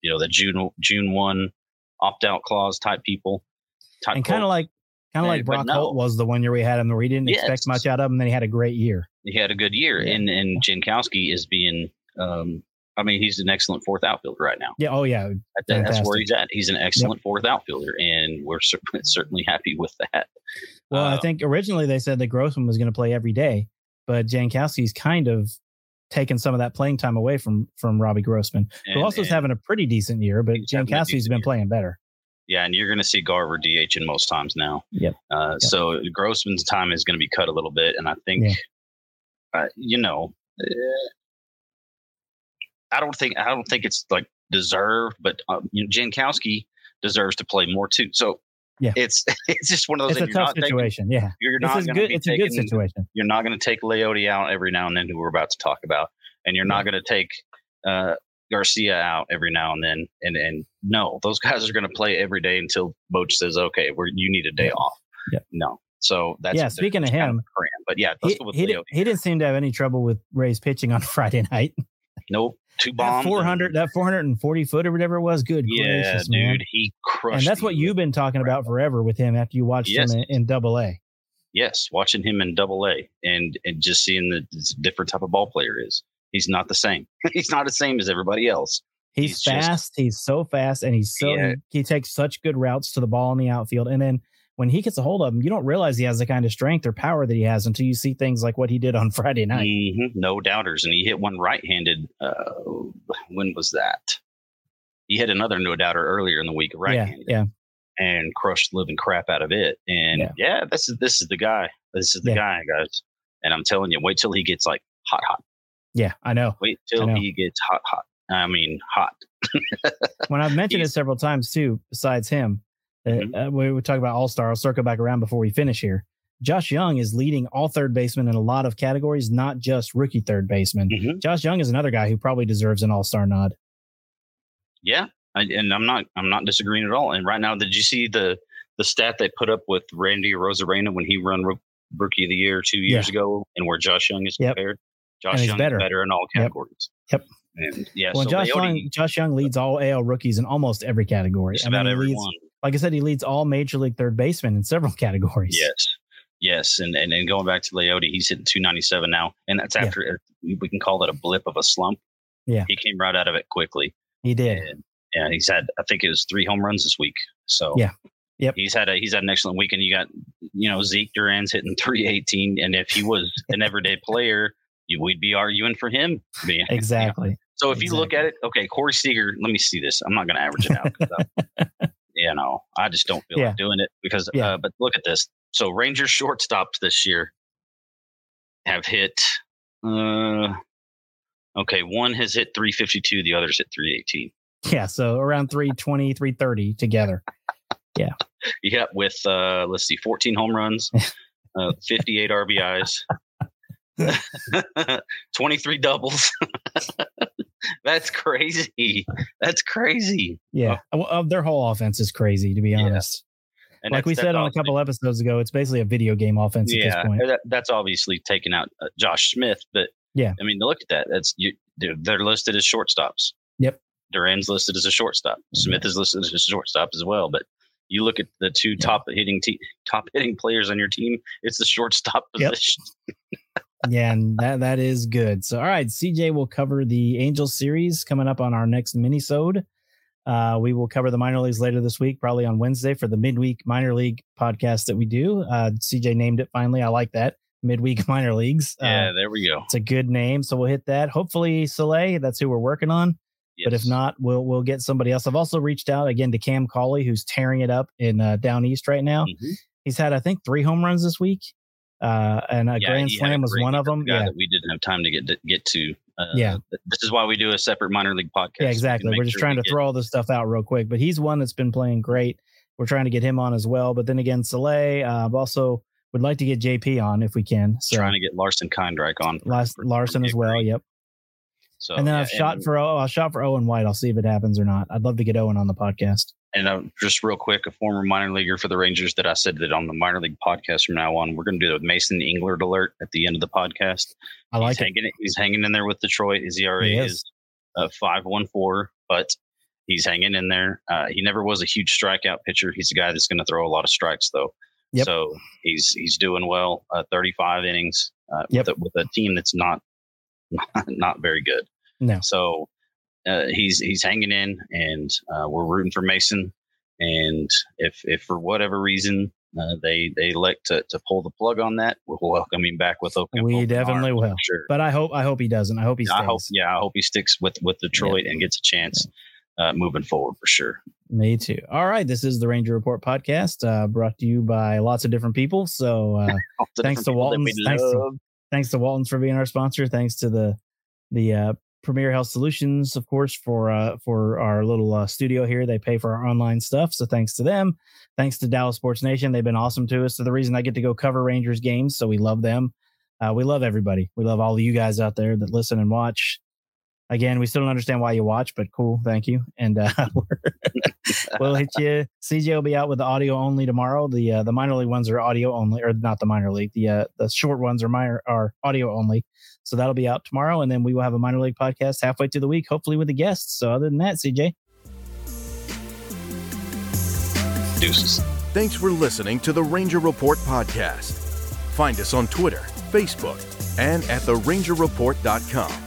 Speaker 6: you know, the June June 1 opt out clause type people. Type
Speaker 2: and kind of
Speaker 6: folk.
Speaker 2: like kind of
Speaker 6: Hey,
Speaker 2: like
Speaker 6: but
Speaker 2: Brock
Speaker 6: no.
Speaker 2: Holt was the one year we had him where he didn't
Speaker 6: Yes.
Speaker 2: expect much out of him, and then he had a great year.
Speaker 6: he had a good year.
Speaker 2: Yeah.
Speaker 6: And and Jankowski is being, um, I mean, he's an excellent fourth outfielder right now.
Speaker 2: Yeah. Oh yeah.
Speaker 6: That- That's where
Speaker 2: Fantastic.
Speaker 6: he's at. He's an excellent fourth outfielder, and we're cer- certainly happy with that.
Speaker 2: Well, I
Speaker 6: Uh,
Speaker 2: think originally they said that Grossman was going to play every day, but Jankowski's kind of taken some of that playing time away from from Robbie Grossman,
Speaker 6: and-
Speaker 2: who also is
Speaker 6: and-
Speaker 2: having a pretty decent year. But
Speaker 6: He's having a
Speaker 2: Jankowski's
Speaker 6: decent
Speaker 2: been
Speaker 6: year.
Speaker 2: playing better.
Speaker 6: Yeah, and you're going to see Garver DH in most times now.
Speaker 2: Yep.
Speaker 6: Uh, So Grossman's time is going to be cut a little bit, and I think, uh, you know, eh, I don't think I don't think it's like deserved, but um, you know, Jankowski deserves to play more too. So
Speaker 2: Yeah.
Speaker 6: it's it's just one of those.
Speaker 2: It's a
Speaker 6: that you're
Speaker 2: tough
Speaker 6: not taking-
Speaker 2: situation. yeah.
Speaker 6: you're
Speaker 2: It's,
Speaker 6: not
Speaker 2: as
Speaker 6: gonna
Speaker 2: good,
Speaker 6: be
Speaker 2: it's a good
Speaker 6: taking-
Speaker 2: situation.
Speaker 6: You're not going to take Leote out every now and then, who we're about to talk about, and you're not going to take uh, Garcia out every now and then. And and no, those guys are going to play every day until Boch says, "Okay, we're you need a day off."
Speaker 2: Yeah.
Speaker 6: No, so that's
Speaker 2: Yeah,
Speaker 6: that's
Speaker 2: speaking of
Speaker 6: kind
Speaker 2: him,
Speaker 6: cram. but yeah, let's
Speaker 2: He,
Speaker 6: go with
Speaker 2: he,
Speaker 6: Leote.
Speaker 2: didn't, he didn't seem to have any trouble with Ray's pitching on Friday night.
Speaker 6: Nope, two
Speaker 2: That
Speaker 6: bombs. and-
Speaker 2: 400, that 440 foot or whatever it was. Good
Speaker 6: Yeah,
Speaker 2: gracious,
Speaker 6: dude,
Speaker 2: man.
Speaker 6: he crushed.
Speaker 2: and that's what
Speaker 6: you.
Speaker 2: you've been talking about forever with him after you watched
Speaker 6: Yes.
Speaker 2: him in, in double a
Speaker 6: yes, watching him in double A and and just seeing the this different type of ball player is. He's not the same. he's not the same as everybody else.
Speaker 2: he's,
Speaker 6: He's just-
Speaker 2: fast he's so fast and he's so
Speaker 6: Yeah.
Speaker 2: he, he takes such good routes to the ball in the outfield and then when he gets a hold of him you don't realize he has the kind of strength or power that he has until you see things like what he did on friday night
Speaker 6: Mhm, no doubters, and he hit one right-handed. Uh, when was that? He hit another no doubter earlier in the week, right-handed.
Speaker 2: yeah yeah
Speaker 6: and crushed the living crap out of it. And
Speaker 2: Yeah.
Speaker 6: yeah, this is this is the guy. This is the
Speaker 2: Yeah.
Speaker 6: guy, guys. And I'm telling you, wait till he gets like hot, hot.
Speaker 2: Yeah, I know.
Speaker 6: Wait
Speaker 2: I
Speaker 6: till
Speaker 2: know.
Speaker 6: he gets hot, hot. I mean, hot.
Speaker 2: When I've mentioned it
Speaker 6: He's-
Speaker 2: several times too, besides him, uh,
Speaker 6: Mhm.
Speaker 2: uh, we were talking about All Star. I'll circle back around before we finish here. Josh Young is leading all third basemen in a lot of categories, not just rookie third baseman.
Speaker 6: Mhm.
Speaker 2: Josh Young is another guy who probably deserves an All Star nod.
Speaker 6: Yeah, I, and I'm not I'm not disagreeing at all. And right now, did you see the the stat they put up with Randy Rosarena when he run Roo- Rookie of the Year two years ago, and where Josh Young is
Speaker 2: Yep.
Speaker 6: compared?
Speaker 2: And
Speaker 6: Josh
Speaker 2: he's
Speaker 6: Young
Speaker 2: better.
Speaker 6: is better in all
Speaker 2: Yep.
Speaker 6: categories.
Speaker 2: Yep.
Speaker 6: And yeah,
Speaker 2: well,
Speaker 6: so
Speaker 2: Josh
Speaker 6: Leote
Speaker 2: Young, Josh Young leads all AL rookies in almost every category.
Speaker 6: just
Speaker 2: I
Speaker 6: about
Speaker 2: mean, he leads-
Speaker 6: everyone.
Speaker 2: like I said, he leads all major league third basemen in several categories.
Speaker 6: Yes. Yes. And, and and going back to Leote, he's hitting 297 now. And that's
Speaker 2: Yeah.
Speaker 6: after uh, we can call that a blip of a slump.
Speaker 2: Yeah.
Speaker 6: He came right out of it quickly.
Speaker 2: he did.
Speaker 6: And, and he's had, I think it was three home runs this week. So,
Speaker 2: Yeah. Yep.
Speaker 6: He's had a he's had an excellent weekend. You got, you know, Zeke Duran's hitting 318. And if he was an everyday player, you, we'd be arguing for him. being-
Speaker 2: Exactly.
Speaker 6: so if you look at it, okay, Corey Seager, let me see this. I'm not going to average it out. 'cause I'm- you know, I just don't feel
Speaker 2: Yeah.
Speaker 6: like doing it because,
Speaker 2: Yeah.
Speaker 6: uh, but look at this. So Rangers shortstops this year have hit, uh, okay, one has hit 352, the other's hit 318.
Speaker 2: Yeah. So around 320, 330 together.
Speaker 6: Yeah, with, uh, let's see, 14 home runs, uh, 58 RBIs, 23 doubles. That's crazy. That's crazy.
Speaker 2: Yeah. Well, uh, their whole offense is crazy, to be
Speaker 6: Yeah.
Speaker 2: honest.
Speaker 6: And
Speaker 2: like
Speaker 6: that's-
Speaker 2: we
Speaker 6: that's
Speaker 2: said on a
Speaker 6: obviously-
Speaker 2: couple episodes ago, it's basically a video game offense at this point.
Speaker 6: that- that's obviously taking out uh, Josh Smith, but
Speaker 2: Yeah.
Speaker 6: I mean, look at that. That's you. They're they're listed as shortstops.
Speaker 2: Yep.
Speaker 6: Duran's listed as a shortstop. Smith is listed as a shortstop as well. But you look at the two top hitting te- top hitting players on your team. It's the shortstop
Speaker 2: Yep.
Speaker 6: position.
Speaker 2: yeah. And that, that is good. So, all right. CJ will cover the Angels series coming up on our next minisode. Uh, we will cover the minor leagues later this week, probably on Wednesday for the midweek minor league podcast that we do. Uh, CJ named it finally. I like that. Midweek minor leagues. Uh,
Speaker 6: Yeah, there we go.
Speaker 2: It's a good name, so we'll hit that. Hopefully, Soleil, that's who we're working on. But if
Speaker 6: Yes.
Speaker 2: not, we'll we'll get somebody else. I've also reached out again to Cam Cauley, who's tearing it up in uh, down east right now.
Speaker 6: Mhm.
Speaker 2: He's had, I think, three home runs this week, uh, and a
Speaker 6: Yeah,
Speaker 2: grand
Speaker 6: he had a
Speaker 2: slam was
Speaker 6: great
Speaker 2: one of them.
Speaker 6: game. The guy
Speaker 2: Yeah,
Speaker 6: that we didn't have time to get to, get to. Uh,
Speaker 2: Yeah.
Speaker 6: th- this is why we do a separate minor league podcast.
Speaker 2: yeah,
Speaker 6: We can
Speaker 2: exactly.
Speaker 6: make
Speaker 2: We're just
Speaker 6: sure
Speaker 2: trying
Speaker 6: we
Speaker 2: to
Speaker 6: get-
Speaker 2: throw all this stuff out real quick. But he's one that's been playing great. We're trying to get him on as well. But then again, Soleil, uh, I've also would like to get JP on if we can. So
Speaker 6: trying to get Larson Kindrike on. for-
Speaker 2: Lars-
Speaker 6: for- for
Speaker 2: Larson as
Speaker 6: Nick
Speaker 2: well.
Speaker 6: Green.
Speaker 2: Yep.
Speaker 6: So,
Speaker 2: and then
Speaker 6: yeah,
Speaker 2: I've shot
Speaker 6: and-
Speaker 2: for oh, I shot for Owen White. I'll see if it happens or not. I'd love to get Owen on the podcast.
Speaker 6: And uh, just real quick, a former minor leaguer for the Rangers that I said that on the minor league podcast from now on, we're going to do a Mason Englert alert at the end of the podcast.
Speaker 2: I like
Speaker 6: he's
Speaker 2: it.
Speaker 6: Hanging, he's hanging in there with Detroit. His ERA
Speaker 2: He is.
Speaker 6: is, uh, 514, but he's hanging in there. Uh, he never was a huge strikeout pitcher. He's a guy that's going to throw a lot of strikes, though.
Speaker 2: Yep.
Speaker 6: So he's he's doing well. Uh, 35 innings uh,
Speaker 2: Yep.
Speaker 6: with, a, with a team that's not not very good.
Speaker 2: No.
Speaker 6: So uh, he's he's hanging in, and uh, we're rooting for Mason. And if if for whatever reason uh, they they elect to, to pull the plug on that, we'll welcome him back with open.
Speaker 2: We
Speaker 6: open
Speaker 2: definitely
Speaker 6: arms,
Speaker 2: will.
Speaker 6: for Sure.
Speaker 2: But I hope I hope he doesn't. I hope he stays.
Speaker 6: I hope yeah, I hope he sticks with with Detroit and gets a chance uh, moving forward for sure.
Speaker 2: Me too. All right, this is the Ranger Report podcast, uh, brought to you by lots of different people. So uh,
Speaker 6: All the
Speaker 2: Thanks
Speaker 6: different
Speaker 2: to
Speaker 6: people that we
Speaker 2: Walton's- thanks to-
Speaker 6: love.
Speaker 2: thanks to Walton's for being our sponsor. Thanks to the the uh, Premier Health Solutions, of course, for uh, for our little uh, studio here. They pay for our online stuff, so thanks to them. Thanks to Dallas Sports Nation, they've been awesome to us. So the reason I get to go cover Rangers games, so we love them. Uh, we love everybody. We love all of you guys out there that listen and watch. Again, we still don't understand why you watch, but cool, thank you. And uh, we're- we'll hit you. CJ will be out with the audio only tomorrow. The uh, the minor league ones are audio only, or not the minor league. The uh, the short ones are minor are audio only. So that'll be out tomorrow, and then we will have a minor league podcast halfway through the week, hopefully with a guest. So other than that, CJ,
Speaker 6: Deuces.
Speaker 5: Thanks for listening to the Ranger Report podcast. Find us on Twitter, Facebook, and at therangerreport.com.